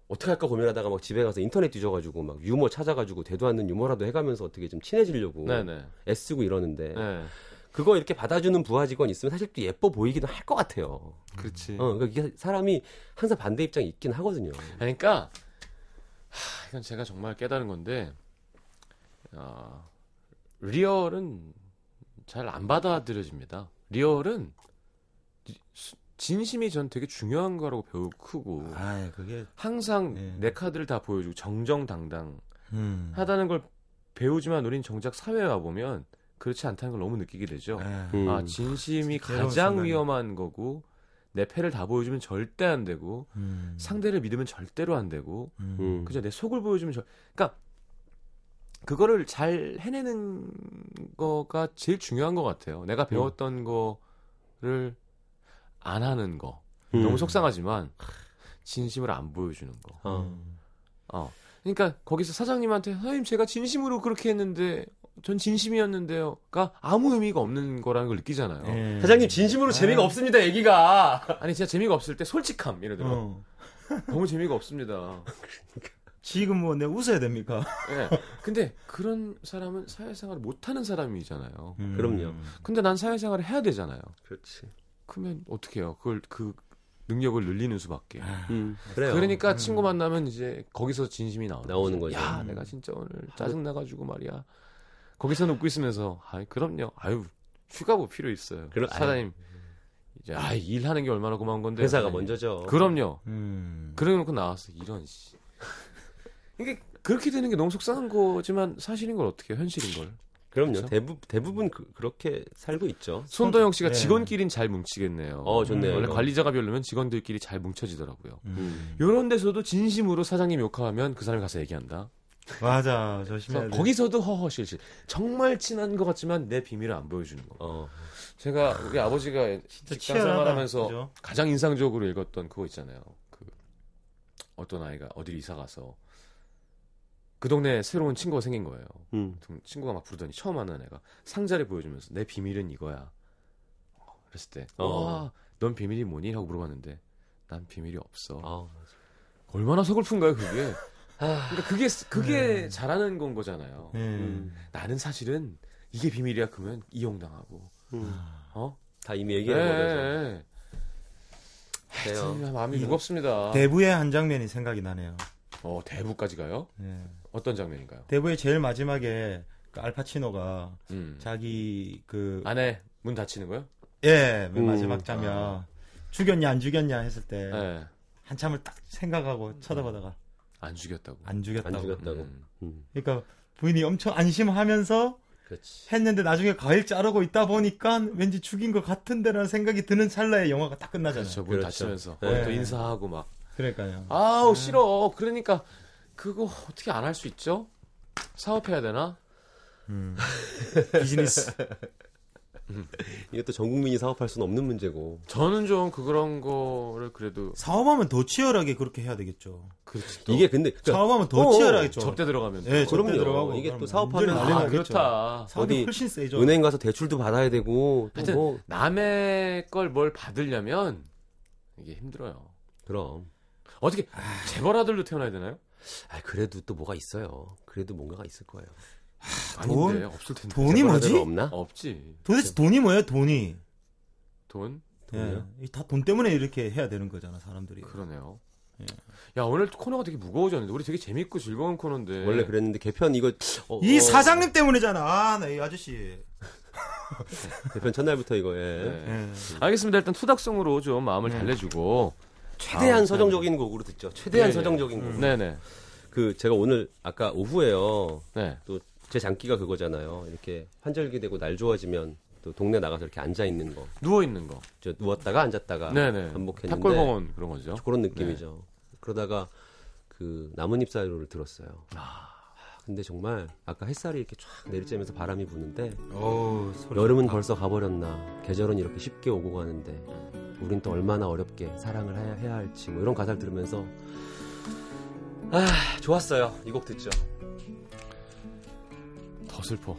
[SPEAKER 4] 어떻게 할까 고민하다가 막 집에 가서 인터넷 뒤져가지고 막 유머 찾아가지고 되도 않는 유머라도 해가면서 어떻게 좀 친해지려고
[SPEAKER 1] 네네.
[SPEAKER 4] 애쓰고 이러는데
[SPEAKER 1] 네.
[SPEAKER 4] 그거 이렇게 받아주는 부하 직원 있으면 사실 또 예뻐 보이기도 할 것 같아요.
[SPEAKER 1] 그렇지.
[SPEAKER 4] 어, 그러니까 이게 사람이 항상 반대 입장이 있긴 하거든요.
[SPEAKER 1] 그러니까 하, 이건 제가 정말 깨달은 건데 아, 리얼은 잘 안 받아들여집니다. 리얼은 지- 수- 진심이 전 되게 중요한 거라고 배우 크고
[SPEAKER 3] 아, 그게
[SPEAKER 1] 항상
[SPEAKER 3] 네.
[SPEAKER 1] 내 카드를 다 보여주고 정정당당
[SPEAKER 3] 음.
[SPEAKER 1] 하다는 걸 배우지만 우린 정작 사회에 와 보면 그렇지 않다는 걸 너무 느끼게 되죠.
[SPEAKER 3] 예.
[SPEAKER 4] 음.
[SPEAKER 1] 아 진심이
[SPEAKER 3] 괴로운
[SPEAKER 1] 가장
[SPEAKER 3] 순간이네.
[SPEAKER 1] 위험한 거고 내 패를 다 보여주면 절대 안 되고
[SPEAKER 3] 음.
[SPEAKER 1] 상대를 믿으면 절대로 안 되고
[SPEAKER 3] 음.
[SPEAKER 4] 음.
[SPEAKER 1] 그죠 내 속을 보여주면 저 그러니까 그거를 잘 해내는 거가 제일 중요한 것 같아요
[SPEAKER 4] 음.
[SPEAKER 1] 내가 배웠던 거를 안 하는 거
[SPEAKER 4] 음.
[SPEAKER 1] 너무 속상하지만 진심을 안 보여주는 거
[SPEAKER 4] 어.
[SPEAKER 3] 음.
[SPEAKER 1] 어. 그러니까 거기서 사장님한테 선생님 제가 진심으로 그렇게 했는데 전 진심이었는데요가 아무 의미가 없는 거라는 걸 느끼잖아요
[SPEAKER 3] 예.
[SPEAKER 4] 어. 사장님 진심으로 재미가 없습니다. 얘기가
[SPEAKER 1] 아니 진짜 재미가 없을 때 솔직함 예를 들어
[SPEAKER 3] 어.
[SPEAKER 1] 너무 재미가 없습니다
[SPEAKER 3] 지금 뭐 내가 웃어야 됩니까?
[SPEAKER 1] 예. 근데 그런 사람은 사회생활을 못하는 사람이잖아요.
[SPEAKER 4] 그럼요.
[SPEAKER 3] 음.
[SPEAKER 1] 근데 난 사회생활을 해야 되잖아요.
[SPEAKER 4] 그렇지.
[SPEAKER 1] 그러면 어떻게 해요? 그걸 그 능력을 늘리는 수밖에.
[SPEAKER 4] 음, 그래요.
[SPEAKER 1] 그러니까 친구 만나면 이제 거기서 진심이 나오는,
[SPEAKER 4] 나오는 거죠. 음. 아, 그
[SPEAKER 1] 야, 내가 진짜 오늘 짜증 나가지고 말이야. 거기서 웃고 있으면서 아, 그럼요. 아유, 휴가 뭐 필요 있어요.
[SPEAKER 4] 그럼- 음.
[SPEAKER 1] 사장님 이제 아, 일하는 게 얼마나 고마운 건데.
[SPEAKER 4] 회사가 먼저죠.
[SPEAKER 1] 그럼요.
[SPEAKER 3] 음.
[SPEAKER 1] 그래놓고 나왔어. 이런 씨. 이게 그렇게 되는 게 너무 속상한 거지만 사실인 걸 어떻게 해요? 현실인 걸.
[SPEAKER 4] 그럼요.
[SPEAKER 1] 그렇죠?
[SPEAKER 4] 대부, 대부분 그, 그렇게 살고 있죠.
[SPEAKER 1] 손도영 씨가
[SPEAKER 3] 네.
[SPEAKER 1] 직원끼리는 잘 뭉치겠네요.
[SPEAKER 4] 어, 좋네요.
[SPEAKER 1] 원래
[SPEAKER 4] 이거.
[SPEAKER 1] 관리자가 별로면 직원들끼리 잘 뭉쳐지더라고요.
[SPEAKER 4] 음.
[SPEAKER 1] 요런 데서도 진심으로 사장님 욕하면 그 사람이 가서 얘기한다.
[SPEAKER 3] 맞아. 조심해야
[SPEAKER 1] 그래서
[SPEAKER 3] 돼.
[SPEAKER 1] 거기서도 허허실실. 정말 친한 것 같지만 내 비밀을 안 보여주는 거.
[SPEAKER 4] 어.
[SPEAKER 1] 제가 우리 아버지가 직장
[SPEAKER 3] 치열하다.
[SPEAKER 1] 생활하면서
[SPEAKER 3] 그죠?
[SPEAKER 1] 가장 인상적으로 읽었던 그거 있잖아요. 그 어떤 아이가 어디를 이사 가서 그 동네에 새로운 친구가 생긴 거예요.
[SPEAKER 4] 음.
[SPEAKER 1] 좀 친구가 막 부르더니 처음 만난 애가 상자를 보여주면서 내 비밀은 이거야. 그랬을 때,
[SPEAKER 4] 어.
[SPEAKER 1] 와, 넌 비밀이 뭐니? 하고 물어봤는데, 난 비밀이 없어.
[SPEAKER 4] 아,
[SPEAKER 1] 얼마나 서글픈가요, 그게? 그러니까 그게 그게
[SPEAKER 4] 네.
[SPEAKER 1] 잘하는 건 거잖아요.
[SPEAKER 3] 예.
[SPEAKER 4] 음.
[SPEAKER 1] 나는 사실은 이게 비밀이야 그러면 이용당하고,
[SPEAKER 4] 음.
[SPEAKER 1] 어?
[SPEAKER 4] 다 이미 얘기해버려서.
[SPEAKER 1] 예, 예.
[SPEAKER 4] 돼요.
[SPEAKER 1] 참 마음이 무겁습니다.
[SPEAKER 3] 대부의 한 장면이 생각이 나네요.
[SPEAKER 1] 어 대부까지 가요?
[SPEAKER 3] 예.
[SPEAKER 1] 어떤 장면인가요?
[SPEAKER 3] 대부의 제일 마지막에 그 알파치노가
[SPEAKER 1] 음.
[SPEAKER 3] 자기 그
[SPEAKER 1] 안에 문 닫히는 거요?
[SPEAKER 3] 예, 맨
[SPEAKER 4] 음.
[SPEAKER 3] 마지막 장면 죽였냐 안 죽였냐 했을 때
[SPEAKER 4] 네.
[SPEAKER 1] 예.
[SPEAKER 3] 한참을 딱 생각하고 쳐다보다가
[SPEAKER 1] 안 죽였다고.
[SPEAKER 3] 안 죽였다고.
[SPEAKER 4] 안 죽였다고.
[SPEAKER 1] 음.
[SPEAKER 4] 음.
[SPEAKER 3] 그러니까 부인이 엄청 안심하면서
[SPEAKER 4] 그렇지.
[SPEAKER 3] 했는데 나중에 과일 자르고 있다 보니까 왠지 죽인 것 같은데라는 생각이 드는 찰나에 영화가 딱
[SPEAKER 1] 그렇죠.
[SPEAKER 3] 끝나잖아요. 네.
[SPEAKER 1] 문
[SPEAKER 4] 그렇죠.
[SPEAKER 1] 닫히면서
[SPEAKER 4] 예.
[SPEAKER 1] 또 인사하고 막.
[SPEAKER 3] 그러니까요
[SPEAKER 1] 아우 싫어. 그러니까 그거 어떻게 안 할 수 있죠? 사업해야 되나?
[SPEAKER 3] 음. 비즈니스.
[SPEAKER 4] 이것도 전 국민이 사업할 수는 없는 문제고.
[SPEAKER 1] 저는 좀 그런 거를 그래도
[SPEAKER 3] 사업하면 더 치열하게 그렇게 해야 되겠죠.
[SPEAKER 1] 그렇지 또
[SPEAKER 4] 이게 근데. 그러니까
[SPEAKER 3] 사업하면 더
[SPEAKER 4] 어,
[SPEAKER 3] 치열하게 좀.
[SPEAKER 1] 그렇죠. 접대 들어가면 또.
[SPEAKER 3] 예, 접대
[SPEAKER 4] 그럼요.
[SPEAKER 3] 들어가고
[SPEAKER 4] 이게
[SPEAKER 3] 그러면
[SPEAKER 4] 또 사업하면-
[SPEAKER 3] 완전히 난리
[SPEAKER 1] 아
[SPEAKER 3] 나겠죠.
[SPEAKER 1] 그렇다.
[SPEAKER 3] 사업이
[SPEAKER 4] 어디
[SPEAKER 3] 훨씬 세죠.
[SPEAKER 4] 은행 가서 대출도 받아야 되고. 또
[SPEAKER 1] 하여튼
[SPEAKER 4] 뭐.
[SPEAKER 1] 남의 걸 뭘 받으려면 이게 힘들어요.
[SPEAKER 4] 그럼.
[SPEAKER 1] 어떻게 재벌 아들로 태어나야 되나요?
[SPEAKER 4] 아, 그래도 또 뭐가 있어요. 그래도 뭔가가 있을 거예요.
[SPEAKER 1] 아닌데 없을 텐데.
[SPEAKER 3] 돈이
[SPEAKER 4] 재벌
[SPEAKER 3] 뭐지?
[SPEAKER 4] 아들은 없나?
[SPEAKER 1] 어, 없지.
[SPEAKER 3] 도대체 돈이 뭐예요? 돈이.
[SPEAKER 1] 돈
[SPEAKER 4] 네. 돈이요?
[SPEAKER 3] 다 돈 때문에 이렇게 해야 되는 거잖아, 사람들이.
[SPEAKER 1] 그러네요.
[SPEAKER 3] 예.
[SPEAKER 1] 야 오늘 코너가 되게 무거워졌는데 우리 되게 재밌고 즐거운 코너인데
[SPEAKER 4] 원래 그랬는데 개편 이거 어,
[SPEAKER 3] 이
[SPEAKER 4] 어,
[SPEAKER 3] 사장님 때문이잖아. 아, 나 이 아저씨.
[SPEAKER 4] 개편 첫날부터 이거 예.
[SPEAKER 1] 네.
[SPEAKER 3] 예.
[SPEAKER 1] 알겠습니다. 일단 투닥성으로 좀 마음을 달래주고
[SPEAKER 4] 최대한 서정적인 곡으로 듣죠. 최대한
[SPEAKER 1] 아, 네. 예, 예.
[SPEAKER 4] 서정적인 곡.
[SPEAKER 1] 네네
[SPEAKER 4] 그 제가 오늘 아까 오후에요.
[SPEAKER 1] 네.
[SPEAKER 4] 또 제 장기가 그거잖아요. 이렇게 환절기 되고 날 좋아지면 또 동네 나가서 이렇게 앉아 있는 거.
[SPEAKER 1] 누워 있는 거.
[SPEAKER 4] 저 누웠다가 앉았다가
[SPEAKER 1] 네네.
[SPEAKER 4] 아,
[SPEAKER 1] 네.
[SPEAKER 4] 반복했는데
[SPEAKER 1] 탁골공원 그런 거죠.
[SPEAKER 4] 그런 느낌이죠. 그러다가 그 나뭇잎 사이로를 들었어요. 아, 근데 정말 아까 햇살이 이렇게 쫙 내리쬐면서 바람이 부는데
[SPEAKER 3] 어우, 소리.
[SPEAKER 4] 여름은 벌써 가버렸나 계절은 이렇게 쉽게 오고 가는데 우린 또 얼마나 어렵게 사랑을 해야, 해야 할지 뭐 이런 가사를 들으면서 아 좋았어요 이 곡 듣죠
[SPEAKER 1] 더 슬퍼.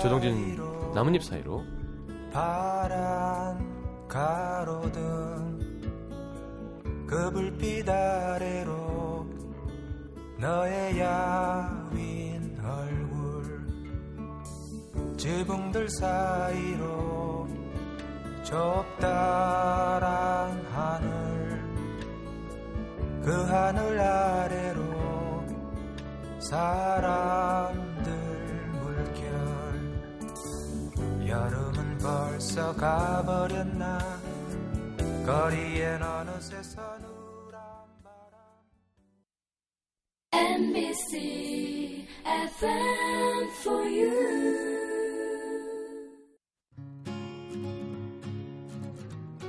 [SPEAKER 1] 조동진 나뭇잎 사이로
[SPEAKER 6] 파란 가로등 그 그 불빛 아래로 너의 야윈 얼굴 지붕들 사이로 적다란 하늘 그 하늘 아래로 사람들 물결 여름은 벌써 가버렸나 거리엔 어느새 서늘한 바람
[SPEAKER 7] NBC FM for you.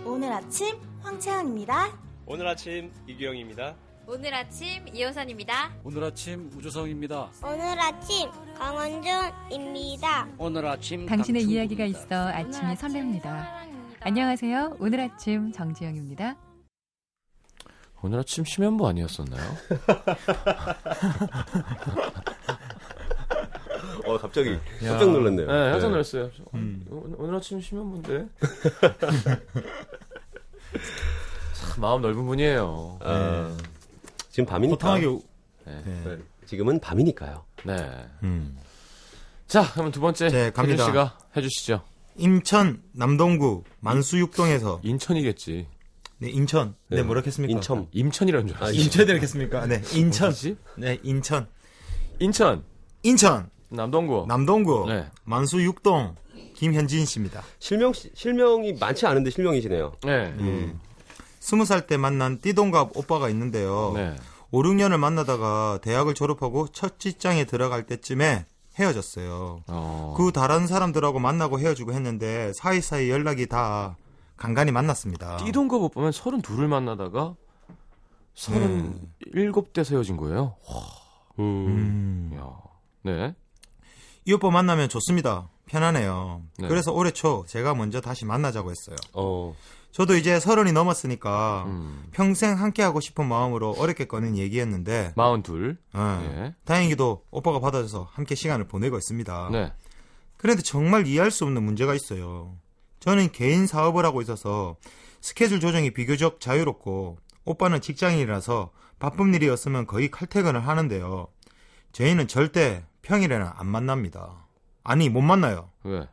[SPEAKER 2] 오늘 아침 황채원입니다.
[SPEAKER 8] 오늘 아침 이규영입니다.
[SPEAKER 9] 오늘 아침 이호선입니다.
[SPEAKER 10] 오늘 아침 우주성입니다.
[SPEAKER 2] 오늘 아침 강원준입니다.
[SPEAKER 10] 오늘 아침
[SPEAKER 11] 당신의
[SPEAKER 10] 강충구입니다.
[SPEAKER 11] 이야기가 있어 아침이 설렙니다. 안녕하세요. 오늘 아침 정지영입니다.
[SPEAKER 1] 오늘 아침 심연보 아니었었나요?
[SPEAKER 4] 어 갑자기 깜짝 놀랐네요.
[SPEAKER 1] 네, 깜짝
[SPEAKER 4] 네.
[SPEAKER 1] 놀랐어요. 어,
[SPEAKER 3] 음.
[SPEAKER 1] 오늘, 오늘 아침 심연보인데. 참, 마음 넓은 분이에요.
[SPEAKER 4] 아, 지금 밤이니까.
[SPEAKER 3] 호탕하게 우-
[SPEAKER 1] 네.
[SPEAKER 3] 네.
[SPEAKER 4] 지금은 밤이니까요.
[SPEAKER 1] 네.
[SPEAKER 3] 음.
[SPEAKER 1] 자, 그러면 두 번째
[SPEAKER 3] 네,
[SPEAKER 1] 혜준
[SPEAKER 3] 갑니다.
[SPEAKER 1] 씨가 해주시죠.
[SPEAKER 3] 인천 남동구 만수육동에서
[SPEAKER 1] 인천이겠지.
[SPEAKER 3] 네, 인천. 네,
[SPEAKER 4] 네.
[SPEAKER 3] 뭐라겠습니까?
[SPEAKER 4] 인천.
[SPEAKER 1] 임천이라는 줄 알았어요.
[SPEAKER 4] 아,
[SPEAKER 3] 인천 되겠습니까? 네, 인천.
[SPEAKER 1] 어디지?
[SPEAKER 3] 네, 인천.
[SPEAKER 1] 인천
[SPEAKER 3] 인천
[SPEAKER 1] 남동구.
[SPEAKER 3] 남동구
[SPEAKER 1] 네.
[SPEAKER 3] 만수육동 김현진 씨입니다.
[SPEAKER 4] 실명 씨- 실명이 많지 않은데 실명이시네요.
[SPEAKER 1] 네.
[SPEAKER 3] 스무 살 때 만난 띠동갑 오빠가 있는데요.
[SPEAKER 1] 네.
[SPEAKER 3] 5, 6년을 만나다가 대학을 졸업하고 첫 직장에 들어갈 때쯤에 헤어졌어요.
[SPEAKER 1] 어.
[SPEAKER 3] 그 다른 사람들하고 만나고 헤어지고 했는데 사이사이 연락이 다 간간히 만났습니다.
[SPEAKER 1] 띠동갑 오빠면 서른 둘을 만나다가 서른 일곱 대 세워진 거예요.
[SPEAKER 3] 음.
[SPEAKER 1] 야. 네.
[SPEAKER 3] 이 오빠 만나면 좋습니다. 편하네요.
[SPEAKER 1] 네.
[SPEAKER 3] 그래서 올해 초 제가 먼저 다시 만나자고 했어요.
[SPEAKER 4] 어.
[SPEAKER 3] 저도 이제 서른이 넘었으니까
[SPEAKER 1] 음.
[SPEAKER 3] 평생 함께하고 싶은 마음으로 어렵게 꺼낸 얘기였는데
[SPEAKER 1] 마흔 둘.
[SPEAKER 3] 예.
[SPEAKER 1] 예.
[SPEAKER 3] 다행히도 오빠가 받아줘서 함께 시간을 보내고 있습니다.
[SPEAKER 1] 네.
[SPEAKER 3] 그런데 정말 이해할 수 없는 문제가 있어요. 저는 개인 사업을 하고 있어서 스케줄 조정이 비교적 자유롭고 오빠는 직장인이라서 바쁜 일이었으면 거의 칼퇴근을 하는데요. 저희는 절대 평일에는 안 만납니다. 아니 못 만나요.
[SPEAKER 1] 왜?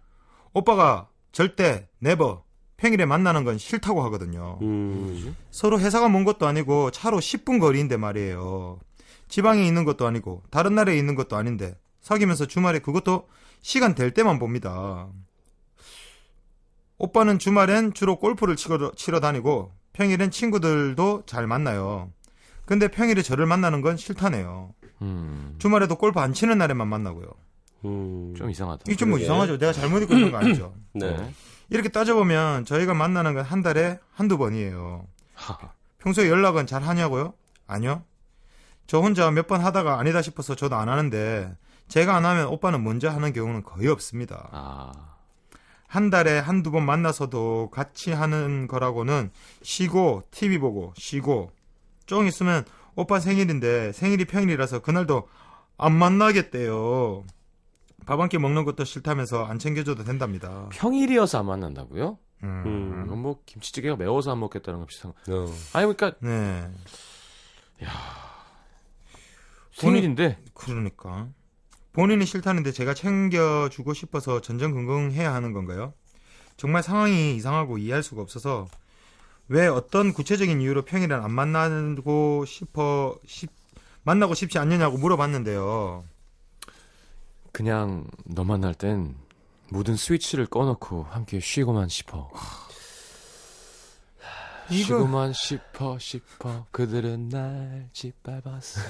[SPEAKER 3] 오빠가 절대 네버 평일에 만나는 건 싫다고 하거든요.
[SPEAKER 4] 음.
[SPEAKER 3] 서로 회사가 먼 것도 아니고 차로 10분 거리인데 말이에요. 지방에 있는 것도 아니고 다른 나라에 있는 것도 아닌데 사귀면서 주말에 그것도 시간 될 때만 봅니다. 오빠는 주말엔 주로 골프를 치러, 치러 다니고 평일엔 친구들도 잘 만나요. 근데 평일에 저를 만나는 건 싫다네요.
[SPEAKER 1] 음.
[SPEAKER 3] 주말에도 골프 안 치는 날에만 만나고요.
[SPEAKER 4] 음.
[SPEAKER 1] 좀 이상하다.
[SPEAKER 3] 이게 좀뭐
[SPEAKER 4] 그러게.
[SPEAKER 3] 이상하죠. 내가 잘못 읽고 있는 거 아니죠.
[SPEAKER 4] 네.
[SPEAKER 3] 이렇게 따져보면 저희가 만나는 건 한 달에 한두 번이에요.
[SPEAKER 1] 하.
[SPEAKER 3] 평소에 연락은 잘 하냐고요? 아니요. 저 혼자 몇 번 하다가 아니다 싶어서 저도 안 하는데 제가 안 하면 오빠는 먼저 하는 경우는 거의 없습니다.
[SPEAKER 1] 아.
[SPEAKER 3] 한 달에 한두 번 만나서도 같이 하는 거라고는 쉬고 TV 보고 쉬고 쫑 있으면 오빠 생일인데 생일이 평일이라서 그날도 안 만나겠대요. 밥 한 끼 먹는 것도 싫다면서 안 챙겨줘도 된답니다.
[SPEAKER 1] 평일이어서 안 만난다고요?
[SPEAKER 3] 음.
[SPEAKER 1] 아,
[SPEAKER 4] 음.
[SPEAKER 1] 그럼 뭐 김치찌개가 매워서 안 먹겠다는 거 비슷한 거.
[SPEAKER 4] 어.
[SPEAKER 1] 아니 그러니까
[SPEAKER 3] 네.
[SPEAKER 1] 생일인데
[SPEAKER 3] 그러니까 본인이 싫다는데 제가 챙겨주고 싶어서 전전긍긍해야 하는 건가요? 정말 상황이 이상하고 이해할 수가 없어서 왜 어떤 구체적인 이유로 평일엔 안 만나고 싶어 싶- 만나고 싶지 않느냐고 물어봤는데요.
[SPEAKER 1] 그냥 너 만날 땐 모든 스위치를 꺼놓고 함께 쉬고만 싶어. 쉬고만 싶어 싶어 그들은 날 짓밟았어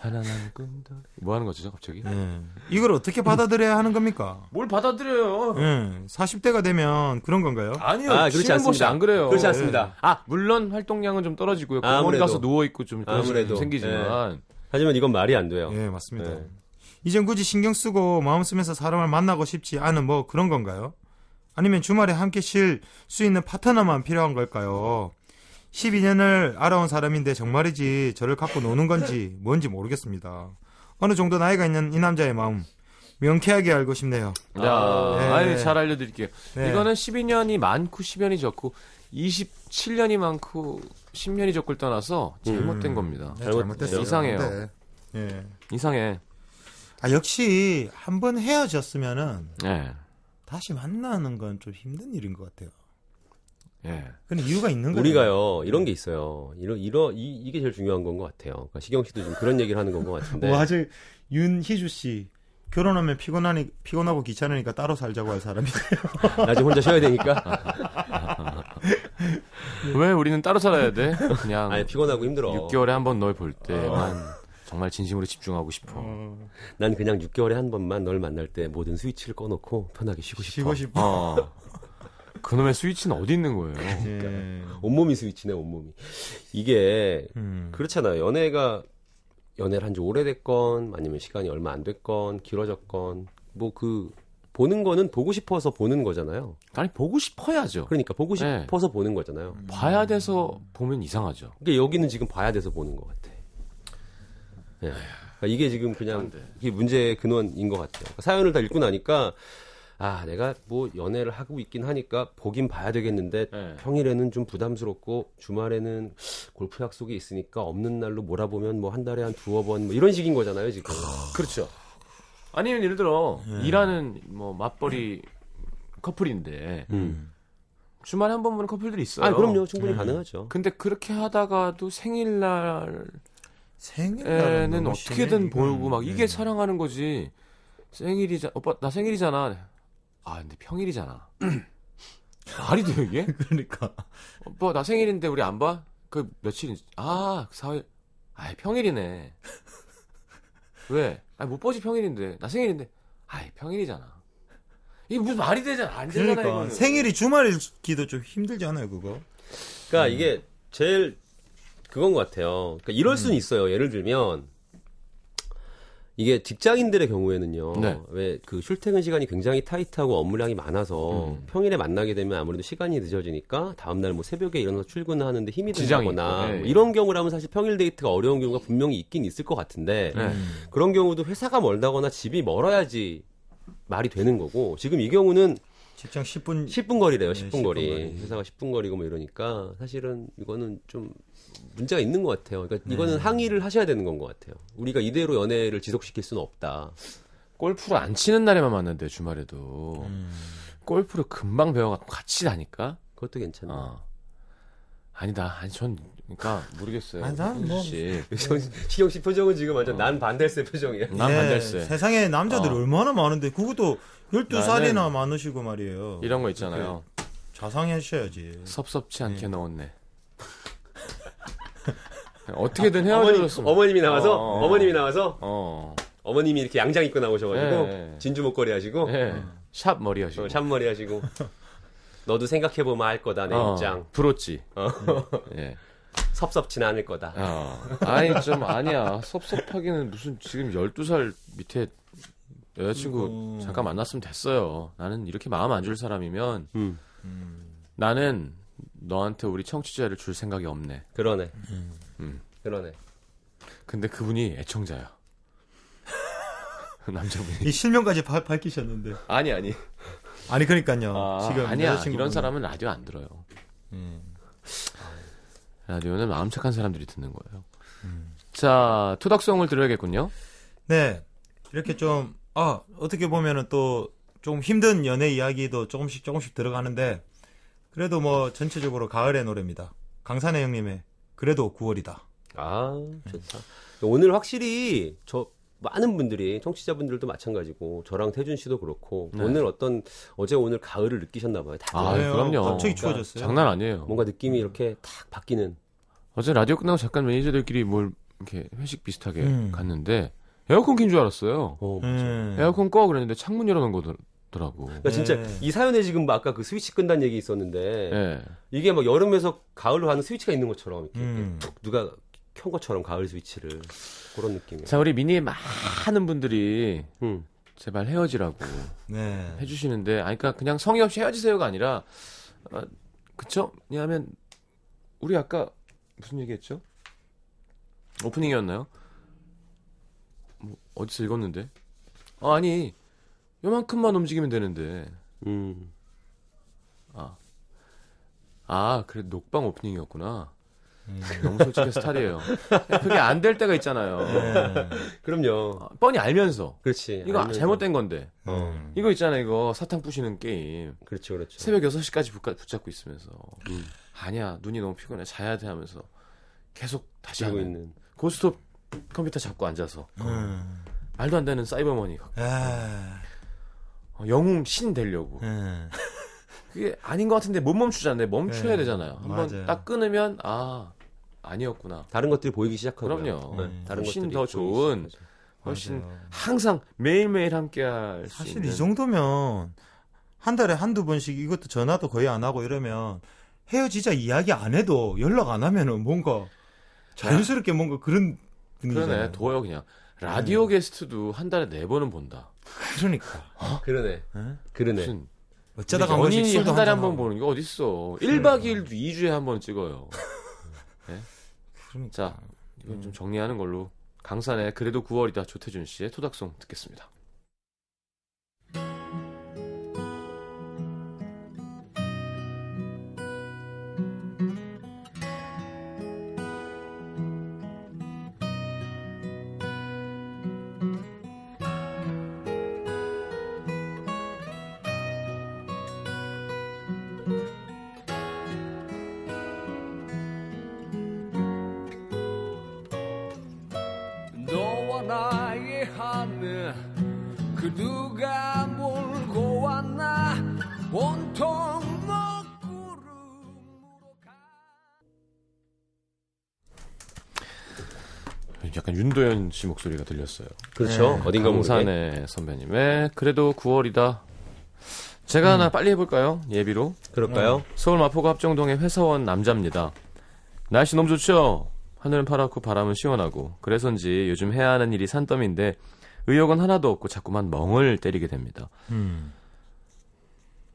[SPEAKER 1] 하나는 꿈도 뭐 하는 거죠 갑자기?
[SPEAKER 3] 예. 이걸 어떻게 받아들여야 하는 겁니까?
[SPEAKER 1] 뭘 받아들여요?
[SPEAKER 3] 예. 40대가 되면 그런 건가요?
[SPEAKER 1] 아니요
[SPEAKER 4] 아,
[SPEAKER 1] 그렇지
[SPEAKER 4] 그렇지
[SPEAKER 1] 않습니다.
[SPEAKER 4] 않습니다.
[SPEAKER 1] 안 그래요.
[SPEAKER 4] 그렇지 않습니다.
[SPEAKER 1] 아 물론 활동량은 좀 떨어지고요. 병원
[SPEAKER 4] 아무래도.
[SPEAKER 1] 가서 누워 있고 좀 그런 시간이
[SPEAKER 4] 아무래도.
[SPEAKER 1] 생기지만
[SPEAKER 4] 하지만 이건 말이 안 돼요.
[SPEAKER 3] 예, 맞습니다.
[SPEAKER 4] 네.
[SPEAKER 3] 이젠 굳이 신경 쓰고 마음 쓰면서 사람을 만나고 싶지 않은 뭐 그런 건가요? 아니면 주말에 함께 쉴 수 있는 파트너만 필요한 걸까요? 12년을 알아온 사람인데 정말이지 저를 갖고 노는 건지 뭔지 모르겠습니다. 어느 정도 나이가 있는 이 남자의 마음 명쾌하게 알고 싶네요.
[SPEAKER 4] 예.
[SPEAKER 1] 야, 아유, 잘 알려드릴게요.
[SPEAKER 3] 네.
[SPEAKER 1] 이거는 12년이 많고 10년이 적고 27년이 많고 10년이 적고를 떠나서 잘못된
[SPEAKER 3] 음.
[SPEAKER 1] 겁니다.
[SPEAKER 4] 예.
[SPEAKER 3] 네, 잘못됐어요.
[SPEAKER 1] 이상해요.
[SPEAKER 3] 네.
[SPEAKER 1] 이상해.
[SPEAKER 3] 아 역시 한 번 헤어졌으면은
[SPEAKER 1] 예.
[SPEAKER 3] 다시 만나는 건 좀 힘든 일인 것 같아요.
[SPEAKER 1] 예.
[SPEAKER 3] 그런 이유가 있는 거예요.
[SPEAKER 4] 우리가요 이런 게 있어요. 이런 이런 이, 이게 제일 중요한 건 것 같아요. 그러니까 시경 씨도 지금 그런 얘기를 하는 건 것 같은데.
[SPEAKER 1] 네.
[SPEAKER 3] 뭐 아직 윤희주 씨 결혼하면 피곤하니 피곤하고 귀찮으니까 따로 살자고 할
[SPEAKER 1] 그러니까.
[SPEAKER 3] 사람이에요.
[SPEAKER 4] 나중에 혼자 쉬어야 되니까.
[SPEAKER 1] 왜 우리는 따로 살아야 돼? 그냥
[SPEAKER 4] 아니, 피곤하고 힘들어.
[SPEAKER 1] 6개월에 한 번 널 볼 때만
[SPEAKER 3] 어.
[SPEAKER 1] 정말 진심으로 집중하고 싶어.
[SPEAKER 4] 난 그냥 6개월에 한 번만 널 만날 때 모든 스위치를 꺼놓고 편하게 쉬고 싶어.
[SPEAKER 3] 쉬고 싶어.
[SPEAKER 1] 어. 그놈의 스위치는 어디 있는 거예요?
[SPEAKER 4] 온몸이 스위치네 온몸이. 이게
[SPEAKER 3] 음.
[SPEAKER 4] 그렇잖아요. 연애가 연애를 한 지 오래됐건 아니면 시간이 얼마 안 됐건 길어졌건 뭐 그 보는 거는 보고 싶어서 보는 거잖아요.
[SPEAKER 1] 아니 보고 싶어야죠.
[SPEAKER 4] 그러니까 보고 싶어서 보는 거잖아요.
[SPEAKER 1] 봐야 돼서 보면 이상하죠.
[SPEAKER 4] 그러 그러니까 여기는 지금 봐야 돼서 보는 것 같아. 예. 그러니까 이게 지금 그냥 이게 문제의 근원인 것 같아요. 그러니까 사연을 다 읽고 나니까 아 내가 뭐 연애를 하고 있긴 하니까 보긴 봐야 되겠는데
[SPEAKER 1] 예.
[SPEAKER 4] 평일에는 좀 부담스럽고 주말에는 골프 약속이 있으니까 없는 날로 몰아보면 뭐 한 달에 한 두어 번뭐 이런 식인 거잖아요 지금.
[SPEAKER 1] 그렇죠. 아니면 예를 들어
[SPEAKER 3] 네.
[SPEAKER 1] 일하는 뭐 맞벌이 커플인데 주말에 한 번 보는 커플들이 있어요.
[SPEAKER 4] 음.
[SPEAKER 1] 예.
[SPEAKER 4] 아, 그럼요. 충분히 가능하죠.
[SPEAKER 1] 근데 그렇게 하다가도 생일날
[SPEAKER 3] 음, 생일날은
[SPEAKER 1] 에는
[SPEAKER 3] 너무
[SPEAKER 1] 어떻게든
[SPEAKER 3] 심해,
[SPEAKER 1] 보고
[SPEAKER 3] 이건. 예.
[SPEAKER 1] 막 이게 사랑하는 거지. 생일이자 오빠 나 생일이잖아. 아 근데 평일이잖아. 말이 돼 이게?
[SPEAKER 3] 그러니까
[SPEAKER 1] 오빠 나 생일인데 우리 안 봐? 그 며칠인지 아 4일 아 평일이네 왜? 아못 보지 평일인데 나 생일인데 아 평일이잖아 이게 무슨 말이 되잖아 안 되잖아
[SPEAKER 3] 그러니까
[SPEAKER 1] 이거는
[SPEAKER 3] 생일이 주말이기도 좀 힘들지 않아요 그거?
[SPEAKER 4] 그러니까
[SPEAKER 1] 음.
[SPEAKER 4] 이게 제일 그건 것 같아요. 그러니까
[SPEAKER 1] 음.
[SPEAKER 4] 이럴 수는 있어요. 예를 들면 이게 직장인들의 경우에는요.
[SPEAKER 1] 네.
[SPEAKER 4] 왜 그 출퇴근 시간이 굉장히 타이트하고 업무량이 많아서
[SPEAKER 1] 음.
[SPEAKER 4] 평일에 만나게 되면 아무래도 시간이 늦어지니까 다음 날 뭐 새벽에 일어나서 출근을 하는데 힘이
[SPEAKER 1] 지장이
[SPEAKER 4] 들거나
[SPEAKER 1] 있고, 예,
[SPEAKER 4] 뭐
[SPEAKER 1] 예.
[SPEAKER 4] 이런 경우라면 사실 평일 데이트가 어려운 경우가 분명히 있긴 있을 것 같은데
[SPEAKER 1] 네.
[SPEAKER 4] 그런 경우도 회사가 멀다거나 집이 멀어야지 말이 되는 거고 지금 이 경우는
[SPEAKER 3] 직장 10분
[SPEAKER 4] 10분 거리래요. 10분,
[SPEAKER 3] 10분
[SPEAKER 4] 네, 거리.
[SPEAKER 3] 거리.
[SPEAKER 4] 회사가 10분 거리고 뭐 이러니까 사실은 이거는 좀 문제가 있는 것 같아요. 그러니까 이거는
[SPEAKER 1] 네.
[SPEAKER 4] 항의를 하셔야 되는 건 것 같아요. 우리가 이대로 연애를 지속시킬 수는 없다.
[SPEAKER 1] 골프를 안 치는 날에만 만났는데 주말에도 골프를 금방 배워갖고 같이 다니까 어.
[SPEAKER 4] 그것도 괜찮아
[SPEAKER 1] 아니다 아니 전 그러니까 모르겠어요
[SPEAKER 3] 아니, 난 뭐-
[SPEAKER 1] 씨.
[SPEAKER 4] 시경 씨 표정은 지금 완전 난 반댈세 표정이에요.
[SPEAKER 1] 난 반댈세.
[SPEAKER 3] 예, 세상에 남자들 이
[SPEAKER 1] 어.
[SPEAKER 3] 얼마나 많은데 그것도 12살이나
[SPEAKER 1] 나는
[SPEAKER 3] 많으시고 말이에요.
[SPEAKER 1] 이런 거 있잖아요.
[SPEAKER 3] 자상하셔야지.
[SPEAKER 1] 섭섭치 않게 넣었네. 어떻게든 헤어졌으면
[SPEAKER 4] 어머니, 어머님이 나와서
[SPEAKER 1] 어,
[SPEAKER 4] 어, 머님이 나와서
[SPEAKER 1] 어.
[SPEAKER 4] 머님이 이렇게 양장 입고 나오셔가지고
[SPEAKER 1] 예.
[SPEAKER 4] 진주 목걸이 하시고
[SPEAKER 1] 샵 머리 하시고
[SPEAKER 4] 어, 샵머리 하시고 너도 생각해보면 알 거다 내
[SPEAKER 1] 어,
[SPEAKER 4] 입장.
[SPEAKER 1] 부러지.
[SPEAKER 4] 어.
[SPEAKER 1] 예.
[SPEAKER 4] 섭섭진 않을 거다.
[SPEAKER 1] 어. 아니 좀 아니야. 섭섭하기는 무슨 지금 12살 밑에
[SPEAKER 3] 음.
[SPEAKER 1] 여자친구 잠깐 만났으면 됐어요. 나는 이렇게 마음 안 줄 사람이면
[SPEAKER 4] 음.
[SPEAKER 1] 나는 너한테 우리 청취자를 줄 생각이 없네.
[SPEAKER 4] 그러네.
[SPEAKER 1] 음.
[SPEAKER 4] 그러네.
[SPEAKER 1] 근데 그분이 애청자야. 남자분이.
[SPEAKER 3] 이 실명까지 바- 밝히셨는데.
[SPEAKER 1] 아니 아니.
[SPEAKER 3] 아니 그러니까요.
[SPEAKER 1] 아,
[SPEAKER 3] 지금
[SPEAKER 1] 아니야.
[SPEAKER 3] 여자친구분은- 예.
[SPEAKER 1] 이런 사람은 라디오 안 들어요. 라디오는 마음 착한 사람들이 듣는 거예요.
[SPEAKER 3] 음.
[SPEAKER 1] 자, 투닥송을 들어야겠군요.
[SPEAKER 3] 네. 이렇게 좀, 아, 어떻게 보면은 또, 좀 힘든 연애 이야기도 조금씩 조금씩 들어가는데, 그래도 뭐, 전체적으로 가을의 노래입니다. 강산의 형님의, 그래도 9월이다.
[SPEAKER 4] 아 좋다. 오늘 확실히 저 많은 분들이 청취자분들도 마찬가지고 저랑 태준 씨도 그렇고
[SPEAKER 1] 네.
[SPEAKER 4] 오늘 어떤 어제 오늘 가을을 느끼셨나 봐요. 다들.
[SPEAKER 1] 아, 그럼요.
[SPEAKER 3] 갑자기 추워졌어요.
[SPEAKER 1] 장난 아니에요.
[SPEAKER 4] 뭔가 느낌이 이렇게 탁 바뀌는.
[SPEAKER 1] 어제 라디오 끝나고 잠깐 매니저들끼리 뭘 이렇게 회식 비슷하게
[SPEAKER 4] 음.
[SPEAKER 1] 갔는데 에어컨 킨 줄 알았어요.
[SPEAKER 3] 음. 네.
[SPEAKER 1] 에어컨 꺼 그랬는데 창문 열어놓은 거더라고.
[SPEAKER 4] 그러니까 진짜
[SPEAKER 1] 네.
[SPEAKER 4] 이 사연에 지금 막 아까 그 스위치 끈다는 얘기 있었는데
[SPEAKER 1] 예.
[SPEAKER 4] 이게 막 여름에서 가을로 하는 스위치가 있는 것처럼 이렇게
[SPEAKER 1] 음.
[SPEAKER 4] 툭 누가 켠 것처럼 가을 스위치를 그런 느낌이에요. 음,
[SPEAKER 1] 자, 우리 미니의 많은 분들이 제발 헤어지라고
[SPEAKER 3] 네.
[SPEAKER 1] 해주시는데, 아니, 그러니까 그냥 성의 없이 헤어지세요가 아니라, 아, 그쵸? 왜냐하면, 우리 아까 무슨 얘기 했죠? 오프닝이었나요? 뭐, 어디서 읽었는데? 어, 아니, 요만큼만 움직이면 되는데.
[SPEAKER 4] 음.
[SPEAKER 1] 아. 아, 그래 녹방 오프닝이었구나.
[SPEAKER 4] 음.
[SPEAKER 1] 아, 너무 솔직해서 탈이에요. 네, 그게 안 될 때가 있잖아요.
[SPEAKER 4] 그럼요.
[SPEAKER 1] 뻔히 알면서.
[SPEAKER 4] 그렇지.
[SPEAKER 1] 아. 이거
[SPEAKER 4] 네. 알면서.
[SPEAKER 1] 잘못된 건데.
[SPEAKER 4] 어.
[SPEAKER 3] 음.
[SPEAKER 1] 이거 있잖아, 이거. 사탕 부시는 게임.
[SPEAKER 4] 그렇죠, 그렇죠.
[SPEAKER 1] 새벽 6시까지 붙잡고 있으면서.
[SPEAKER 4] 음.
[SPEAKER 1] 아니야, 눈이 너무 피곤해. 자야 돼 하면서. 계속 다시
[SPEAKER 4] 들고
[SPEAKER 1] 하고
[SPEAKER 4] 있는.
[SPEAKER 1] 고스톱 컴퓨터 잡고 앉아서.
[SPEAKER 3] 음.
[SPEAKER 1] 말도 안 되는 사이버머니. 갖고. 어, 영웅 신 되려고.
[SPEAKER 3] 음.
[SPEAKER 1] 그게 아닌 것 같은데 못 멈추잖아요. 멈춰야
[SPEAKER 4] 네.
[SPEAKER 1] 되잖아요. 한번
[SPEAKER 4] 맞아요.
[SPEAKER 1] 딱 끊으면, 아, 아니었구나.
[SPEAKER 4] 다른 것들이 보이기 시작하고요.
[SPEAKER 1] 그럼요.
[SPEAKER 4] 네, 다른
[SPEAKER 1] 훨씬
[SPEAKER 4] 것들이
[SPEAKER 1] 더
[SPEAKER 4] 보이기
[SPEAKER 1] 좋은, 훨씬
[SPEAKER 3] 맞아요.
[SPEAKER 1] 항상 매일매일 함께 할 수
[SPEAKER 3] 사실
[SPEAKER 1] 있는.
[SPEAKER 3] 이 정도면 한 달에 한두 번씩 이것도 전화도 거의 안 하고 이러면 헤어지자 이야기 안 해도 연락 안 하면은 뭔가 자연스럽게 뭔가 그런
[SPEAKER 1] 그러네,
[SPEAKER 3] 분위기잖아요.
[SPEAKER 1] 도요 그냥. 라디오 게스트도 한 달에 네 번은 본다.
[SPEAKER 3] 그러니까.
[SPEAKER 4] 그러네. 그러네.
[SPEAKER 1] 무슨 그러니까
[SPEAKER 3] 어쩌다가 한 번씩
[SPEAKER 1] 연인이
[SPEAKER 3] 술도
[SPEAKER 1] 한 달에
[SPEAKER 3] 한잔
[SPEAKER 1] 한 번
[SPEAKER 3] 하고. 네.
[SPEAKER 1] 보는 게 어딨어. 1박 2일도 2주에 한 번 찍어요. 예?
[SPEAKER 3] 그러니까.
[SPEAKER 1] 자, 이건 좀 정리하는 걸로. 강산의 그래도 9월이다 조태준 씨의 토닥송 듣겠습니다.
[SPEAKER 12] 너와 나의 하늘 그 누가 몰고 왔나 온통 먹
[SPEAKER 1] 약간 윤도현 씨 목소리가 들렸어요.
[SPEAKER 4] 그렇죠.
[SPEAKER 1] 네.
[SPEAKER 4] 어딘가 모르게.
[SPEAKER 1] 강산의 선배님의 그래도 9월이다. 제가 하나 빨리 해볼까요? 예비로.
[SPEAKER 4] 그럴까요?
[SPEAKER 1] 음. 서울 마포구 합정동의 회사원 남자입니다. 날씨 너무 좋죠? 하늘은 파랗고 바람은 시원하고 그래서인지 요즘 해야 하는 일이 산더미인데 의욕은 하나도 없고 자꾸만 멍을 때리게 됩니다.
[SPEAKER 3] 음.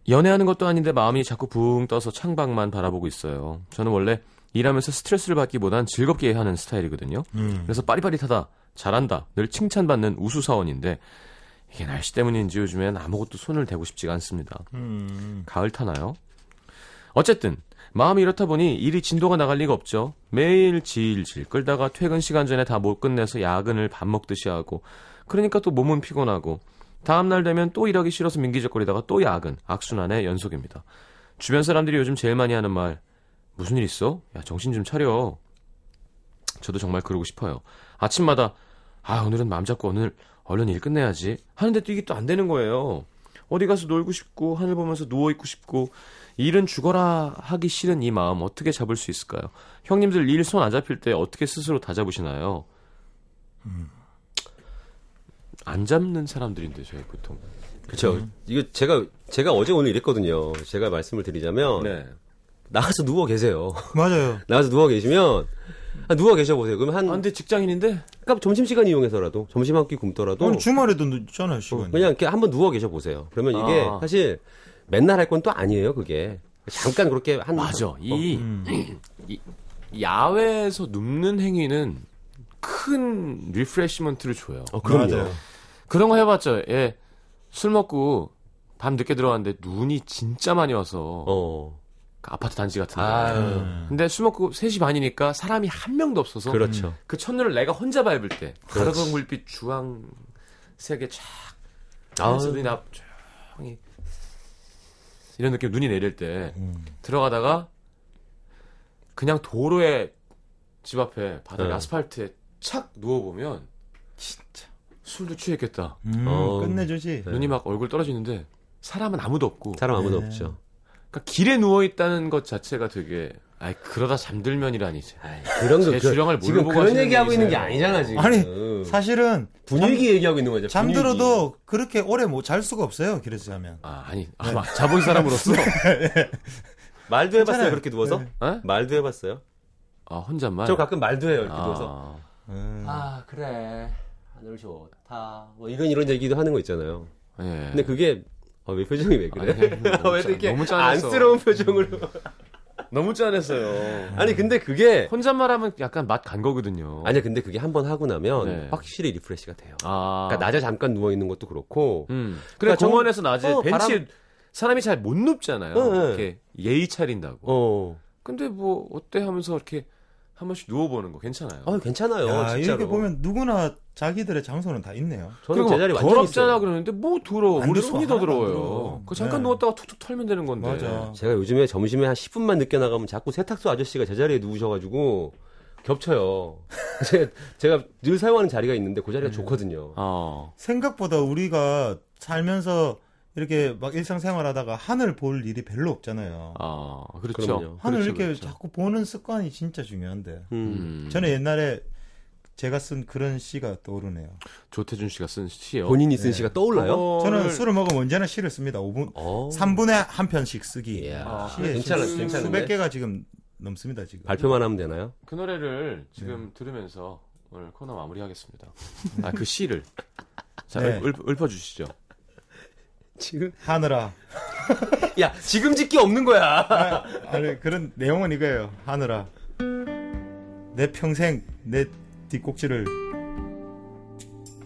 [SPEAKER 1] 연애하는 것도 아닌데 마음이 자꾸 붕 떠서 창밖만 바라보고 있어요. 저는 원래 일하면서 스트레스를 받기보단 즐겁게 하는 스타일이거든요.
[SPEAKER 3] 음.
[SPEAKER 1] 그래서 빠릿빠릿하다, 잘한다, 늘 칭찬받는 우수 사원인데 이게 날씨 때문인지 요즘엔 아무것도 손을 대고 싶지가 않습니다.
[SPEAKER 3] 음.
[SPEAKER 1] 가을 타나요? 어쨌든 마음이 이렇다 보니 일이 진도가 나갈 리가 없죠. 매일 질질 끌다가 퇴근 시간 전에 다 못 끝내서 야근을 밥 먹듯이 하고 그러니까 또 몸은 피곤하고 다음 날 되면 또 일하기 싫어서 민기적거리다가 또 야근 악순환의 연속입니다. 주변 사람들이 요즘 제일 많이 하는 말 무슨 일 있어? 야 정신 좀 차려. 저도 정말 그러고 싶어요. 아침마다 아 오늘은 마음 잡고 오늘 얼른 일 끝내야지 하는데 또 이게 또 안 되는 거예요. 어디 가서 놀고 싶고 하늘 보면서 누워 있고 싶고 일은 죽어라 하기 싫은 이 마음 어떻게 잡을 수 있을까요? 형님들 일 손 안 잡힐 때 어떻게 스스로 다 잡으시나요? 음. 안 잡는 사람들인데 저희 보통.
[SPEAKER 4] 그렇죠.
[SPEAKER 1] 음.
[SPEAKER 4] 이거 제가 제가 어제 오늘 이랬거든요. 제가 말씀을 드리자면
[SPEAKER 1] 네.
[SPEAKER 4] 나가서 누워 계세요.
[SPEAKER 3] 맞아요.
[SPEAKER 4] 나가서 누워 계시면 아, 누워 계셔 보세요. 그럼 한
[SPEAKER 1] 안돼 직장인인데
[SPEAKER 4] 그러니까 점심 시간 이용해서라도 점심 한 끼 굶더라도
[SPEAKER 3] 오늘 주말에도 늦잖아요 시간.
[SPEAKER 4] 그냥 이렇게 한번 누워 계셔 보세요. 그러면 이게
[SPEAKER 3] 아.
[SPEAKER 4] 사실 맨날 할 건 또 아니에요. 그게 잠깐 그렇게 한
[SPEAKER 1] 맞아.
[SPEAKER 4] 어,
[SPEAKER 1] 이,
[SPEAKER 3] 음.
[SPEAKER 1] 이 야외에서 눕는 행위는 큰 리프레시먼트를 줘요.
[SPEAKER 4] 어, 그럼요. 맞아요.
[SPEAKER 1] 그런 거 해봤죠. 예, 술 먹고 밤 늦게 들어왔는데 눈이 진짜 많이 와서
[SPEAKER 4] 어,
[SPEAKER 1] 그 아파트 단지 같은 데.
[SPEAKER 4] 아유.
[SPEAKER 1] 근데 술 먹고 3시 반이니까 사람이 한 명도 없어서
[SPEAKER 4] 그렇죠.
[SPEAKER 1] 그 첫눈을 내가 혼자 밟을 때
[SPEAKER 4] 그렇지.
[SPEAKER 1] 가로등 불빛 주황색에 쫙
[SPEAKER 4] 아유.
[SPEAKER 1] 하늘에서 눈이 나 조용히 이런 느낌 눈이 내릴 때
[SPEAKER 3] 음.
[SPEAKER 1] 들어가다가 그냥 도로에 집 앞에 바닥에
[SPEAKER 4] 네.
[SPEAKER 1] 아스팔트에 착 누워 보면 진짜 술도 취했겠다.
[SPEAKER 3] 음, 끝내주지.
[SPEAKER 4] 네.
[SPEAKER 1] 눈이 막 얼굴 떨어지는데 사람은 아무도 없고
[SPEAKER 4] 사람 아무도 네. 없죠.
[SPEAKER 1] 그러니까 길에 누워 있다는 것 자체가 되게 아이 그러다 잠들면이라니.
[SPEAKER 4] 그런 거
[SPEAKER 1] 제
[SPEAKER 4] 그-
[SPEAKER 1] 주량을
[SPEAKER 4] 지금
[SPEAKER 1] 모르고
[SPEAKER 4] 그런
[SPEAKER 1] 하시는
[SPEAKER 4] 얘기하고 있는 게
[SPEAKER 1] 얘기세요.
[SPEAKER 4] 아니잖아 지금.
[SPEAKER 3] 아니 사실은
[SPEAKER 4] 분위기
[SPEAKER 3] 잠-
[SPEAKER 4] 얘기하고 있는 거죠.
[SPEAKER 3] 잠들어도 그렇게 오래 못 잘 수가 없어요. 길에서 자면.
[SPEAKER 1] 아
[SPEAKER 4] 네.
[SPEAKER 1] 아니 아, 막 자본 사람으로서?
[SPEAKER 4] 말도 해봤어요
[SPEAKER 3] 괜찮아요.
[SPEAKER 4] 그렇게 누워서?
[SPEAKER 3] 네.
[SPEAKER 4] 말도 해봤어요?
[SPEAKER 1] 아 혼잣말.
[SPEAKER 4] 저 가끔 말도 해요 이렇게
[SPEAKER 1] 아.
[SPEAKER 4] 누워서.
[SPEAKER 3] 음.
[SPEAKER 4] 아 그래 하늘 좋다. 뭐 이런 이런 얘기도 하는 거 있잖아요.
[SPEAKER 1] 예.
[SPEAKER 4] 근데 그게 아, 왜 표정이 왜 그래?
[SPEAKER 1] 아니, 너무
[SPEAKER 4] 왜
[SPEAKER 1] 짜-
[SPEAKER 4] 이렇게
[SPEAKER 1] 너무 짠해서.
[SPEAKER 4] 안쓰러운 표정으로?
[SPEAKER 1] 너무 짠했어요.
[SPEAKER 4] 아니 근데 그게
[SPEAKER 1] 혼잣말하면 약간 맛 간 거거든요.
[SPEAKER 4] 아니 근데 그게 한 번 하고 나면
[SPEAKER 1] 네.
[SPEAKER 4] 확실히 리프레시가 돼요.
[SPEAKER 1] 아.
[SPEAKER 4] 그러니까 낮에 잠깐 누워 있는 것도 그렇고.
[SPEAKER 1] 음. 그래
[SPEAKER 4] 정-
[SPEAKER 1] 공원에서 낮에
[SPEAKER 4] 어,
[SPEAKER 1] 벤치
[SPEAKER 4] 바람-
[SPEAKER 1] 사람이 잘 못 눕잖아요.
[SPEAKER 4] 응, 응.
[SPEAKER 1] 이렇게 예의 차린다고.
[SPEAKER 4] 어.
[SPEAKER 1] 근데 뭐 어때 하면서 이렇게 한 번씩 누워보는 거 괜찮아요.
[SPEAKER 4] 아 괜찮아요.
[SPEAKER 3] 야,
[SPEAKER 4] 진짜로.
[SPEAKER 3] 이렇게 보면 누구나 자기들의 장소는 다 있네요.
[SPEAKER 1] 그리고 막 더럽잖아 그러는데 뭐 더러워.
[SPEAKER 3] 안
[SPEAKER 1] 우리
[SPEAKER 3] 더러워,
[SPEAKER 1] 손이 더
[SPEAKER 3] 하나도 안
[SPEAKER 1] 더러워요.
[SPEAKER 3] 더러워.
[SPEAKER 1] 그 잠깐
[SPEAKER 3] 네.
[SPEAKER 1] 누웠다가 툭툭 털면 되는 건데.
[SPEAKER 3] 맞아.
[SPEAKER 4] 제가 요즘에 점심에 한 10분만 늦게 나가면 자꾸 세탁소 아저씨가 제자리에 누우셔가지고 겹쳐요. 제- 제가 늘 사용하는 자리가 있는데 그 자리가 좋거든요.
[SPEAKER 1] 아.
[SPEAKER 3] 생각보다 우리가 살면서 이렇게 막 일상생활하다가 하늘 볼 일이 별로 없잖아요.
[SPEAKER 1] 아, 그렇죠.
[SPEAKER 4] 그럼요.
[SPEAKER 3] 하늘
[SPEAKER 4] 그렇죠,
[SPEAKER 3] 이렇게
[SPEAKER 4] 그렇죠.
[SPEAKER 3] 자꾸 보는 습관이 진짜 중요한데.
[SPEAKER 4] 음.
[SPEAKER 3] 저는 옛날에 제가 쓴 그런 시가 떠오르네요.
[SPEAKER 1] 조태준 씨가 쓴 시요.
[SPEAKER 4] 본인이 쓴 시가 떠올라요? 어.
[SPEAKER 3] 저는 술을 먹으면 언제나 시를 씁니다. 5분, 3분에 한 편씩
[SPEAKER 4] 예.
[SPEAKER 3] 쓰기.
[SPEAKER 1] 아,
[SPEAKER 3] 시에
[SPEAKER 1] 괜찮아,
[SPEAKER 3] 네, 수-
[SPEAKER 1] 괜찮은데?
[SPEAKER 3] 수백 개가 지금 넘습니다, 지금.
[SPEAKER 4] 발표만 하면 되나요?
[SPEAKER 1] 그 노래를 지금
[SPEAKER 3] 네.
[SPEAKER 1] 들으면서 오늘 코너 마무리하겠습니다. 아, 그 시를. 자,
[SPEAKER 3] 네.
[SPEAKER 1] 읊, 읊어 주시죠.
[SPEAKER 4] 지금
[SPEAKER 3] 하늘아.
[SPEAKER 4] 야, 지금 짓기 없는 거야.
[SPEAKER 3] 아니, 그런 내용은 이거예요. 하늘아. 내 평생 내 뒷꼭지를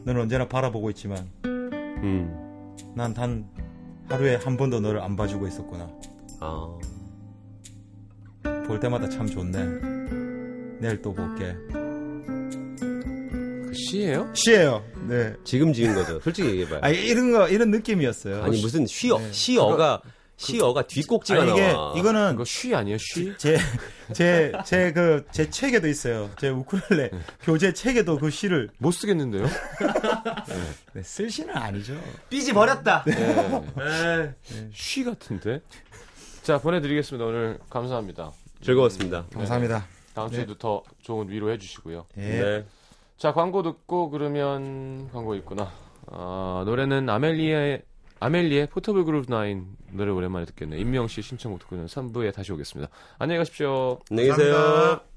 [SPEAKER 3] 넌 언제나 바라보고 있지만
[SPEAKER 4] 음.
[SPEAKER 3] 난 단 하루에 한 번도 너를 안 봐주고 있었구나.
[SPEAKER 4] 아.
[SPEAKER 3] 볼 때마다 참 좋네. 내일 또 볼게.
[SPEAKER 1] 그 시예요?
[SPEAKER 3] 시예요. 네.
[SPEAKER 4] 지금 지은 거죠. 솔직히 얘기해봐요.
[SPEAKER 3] 아 이런 거 이런 느낌이었어요.
[SPEAKER 4] 아니 무슨 쉬어
[SPEAKER 3] 네.
[SPEAKER 4] 시어가 시어가 뒷꼭지가
[SPEAKER 3] 아니, 이게
[SPEAKER 4] 나와.
[SPEAKER 3] 이거는
[SPEAKER 1] 쉬 아니에요 쉬?
[SPEAKER 3] 제제제 그 제 책에도 있어요. 제 우쿨렐레 교재 책에도 그 시를
[SPEAKER 1] 못 쓰겠는데요?
[SPEAKER 3] 네, 쓸 시는 아니죠.
[SPEAKER 4] 삐지 버렸다.
[SPEAKER 1] 네. 쉬 같은데. 자, 보내 드리겠습니다. 오늘 감사합니다. 네.
[SPEAKER 4] 즐거웠습니다.
[SPEAKER 3] 감사합니다.
[SPEAKER 1] 다음
[SPEAKER 3] 네.
[SPEAKER 1] 주에도 더 좋은 위로해 주시고요.
[SPEAKER 3] 예.
[SPEAKER 4] 네.
[SPEAKER 1] 자, 광고 듣고 그러면 광고 있구나. 아, 노래는 아멜리의 아멜리의 포터블 그룹 9 노래 오랜만에 듣겠네요. 임명 씨 신청곡 듣고는 3부에 다시 오겠습니다. 안녕히 가십시오.
[SPEAKER 4] 안녕히 계세요. 감사합니다.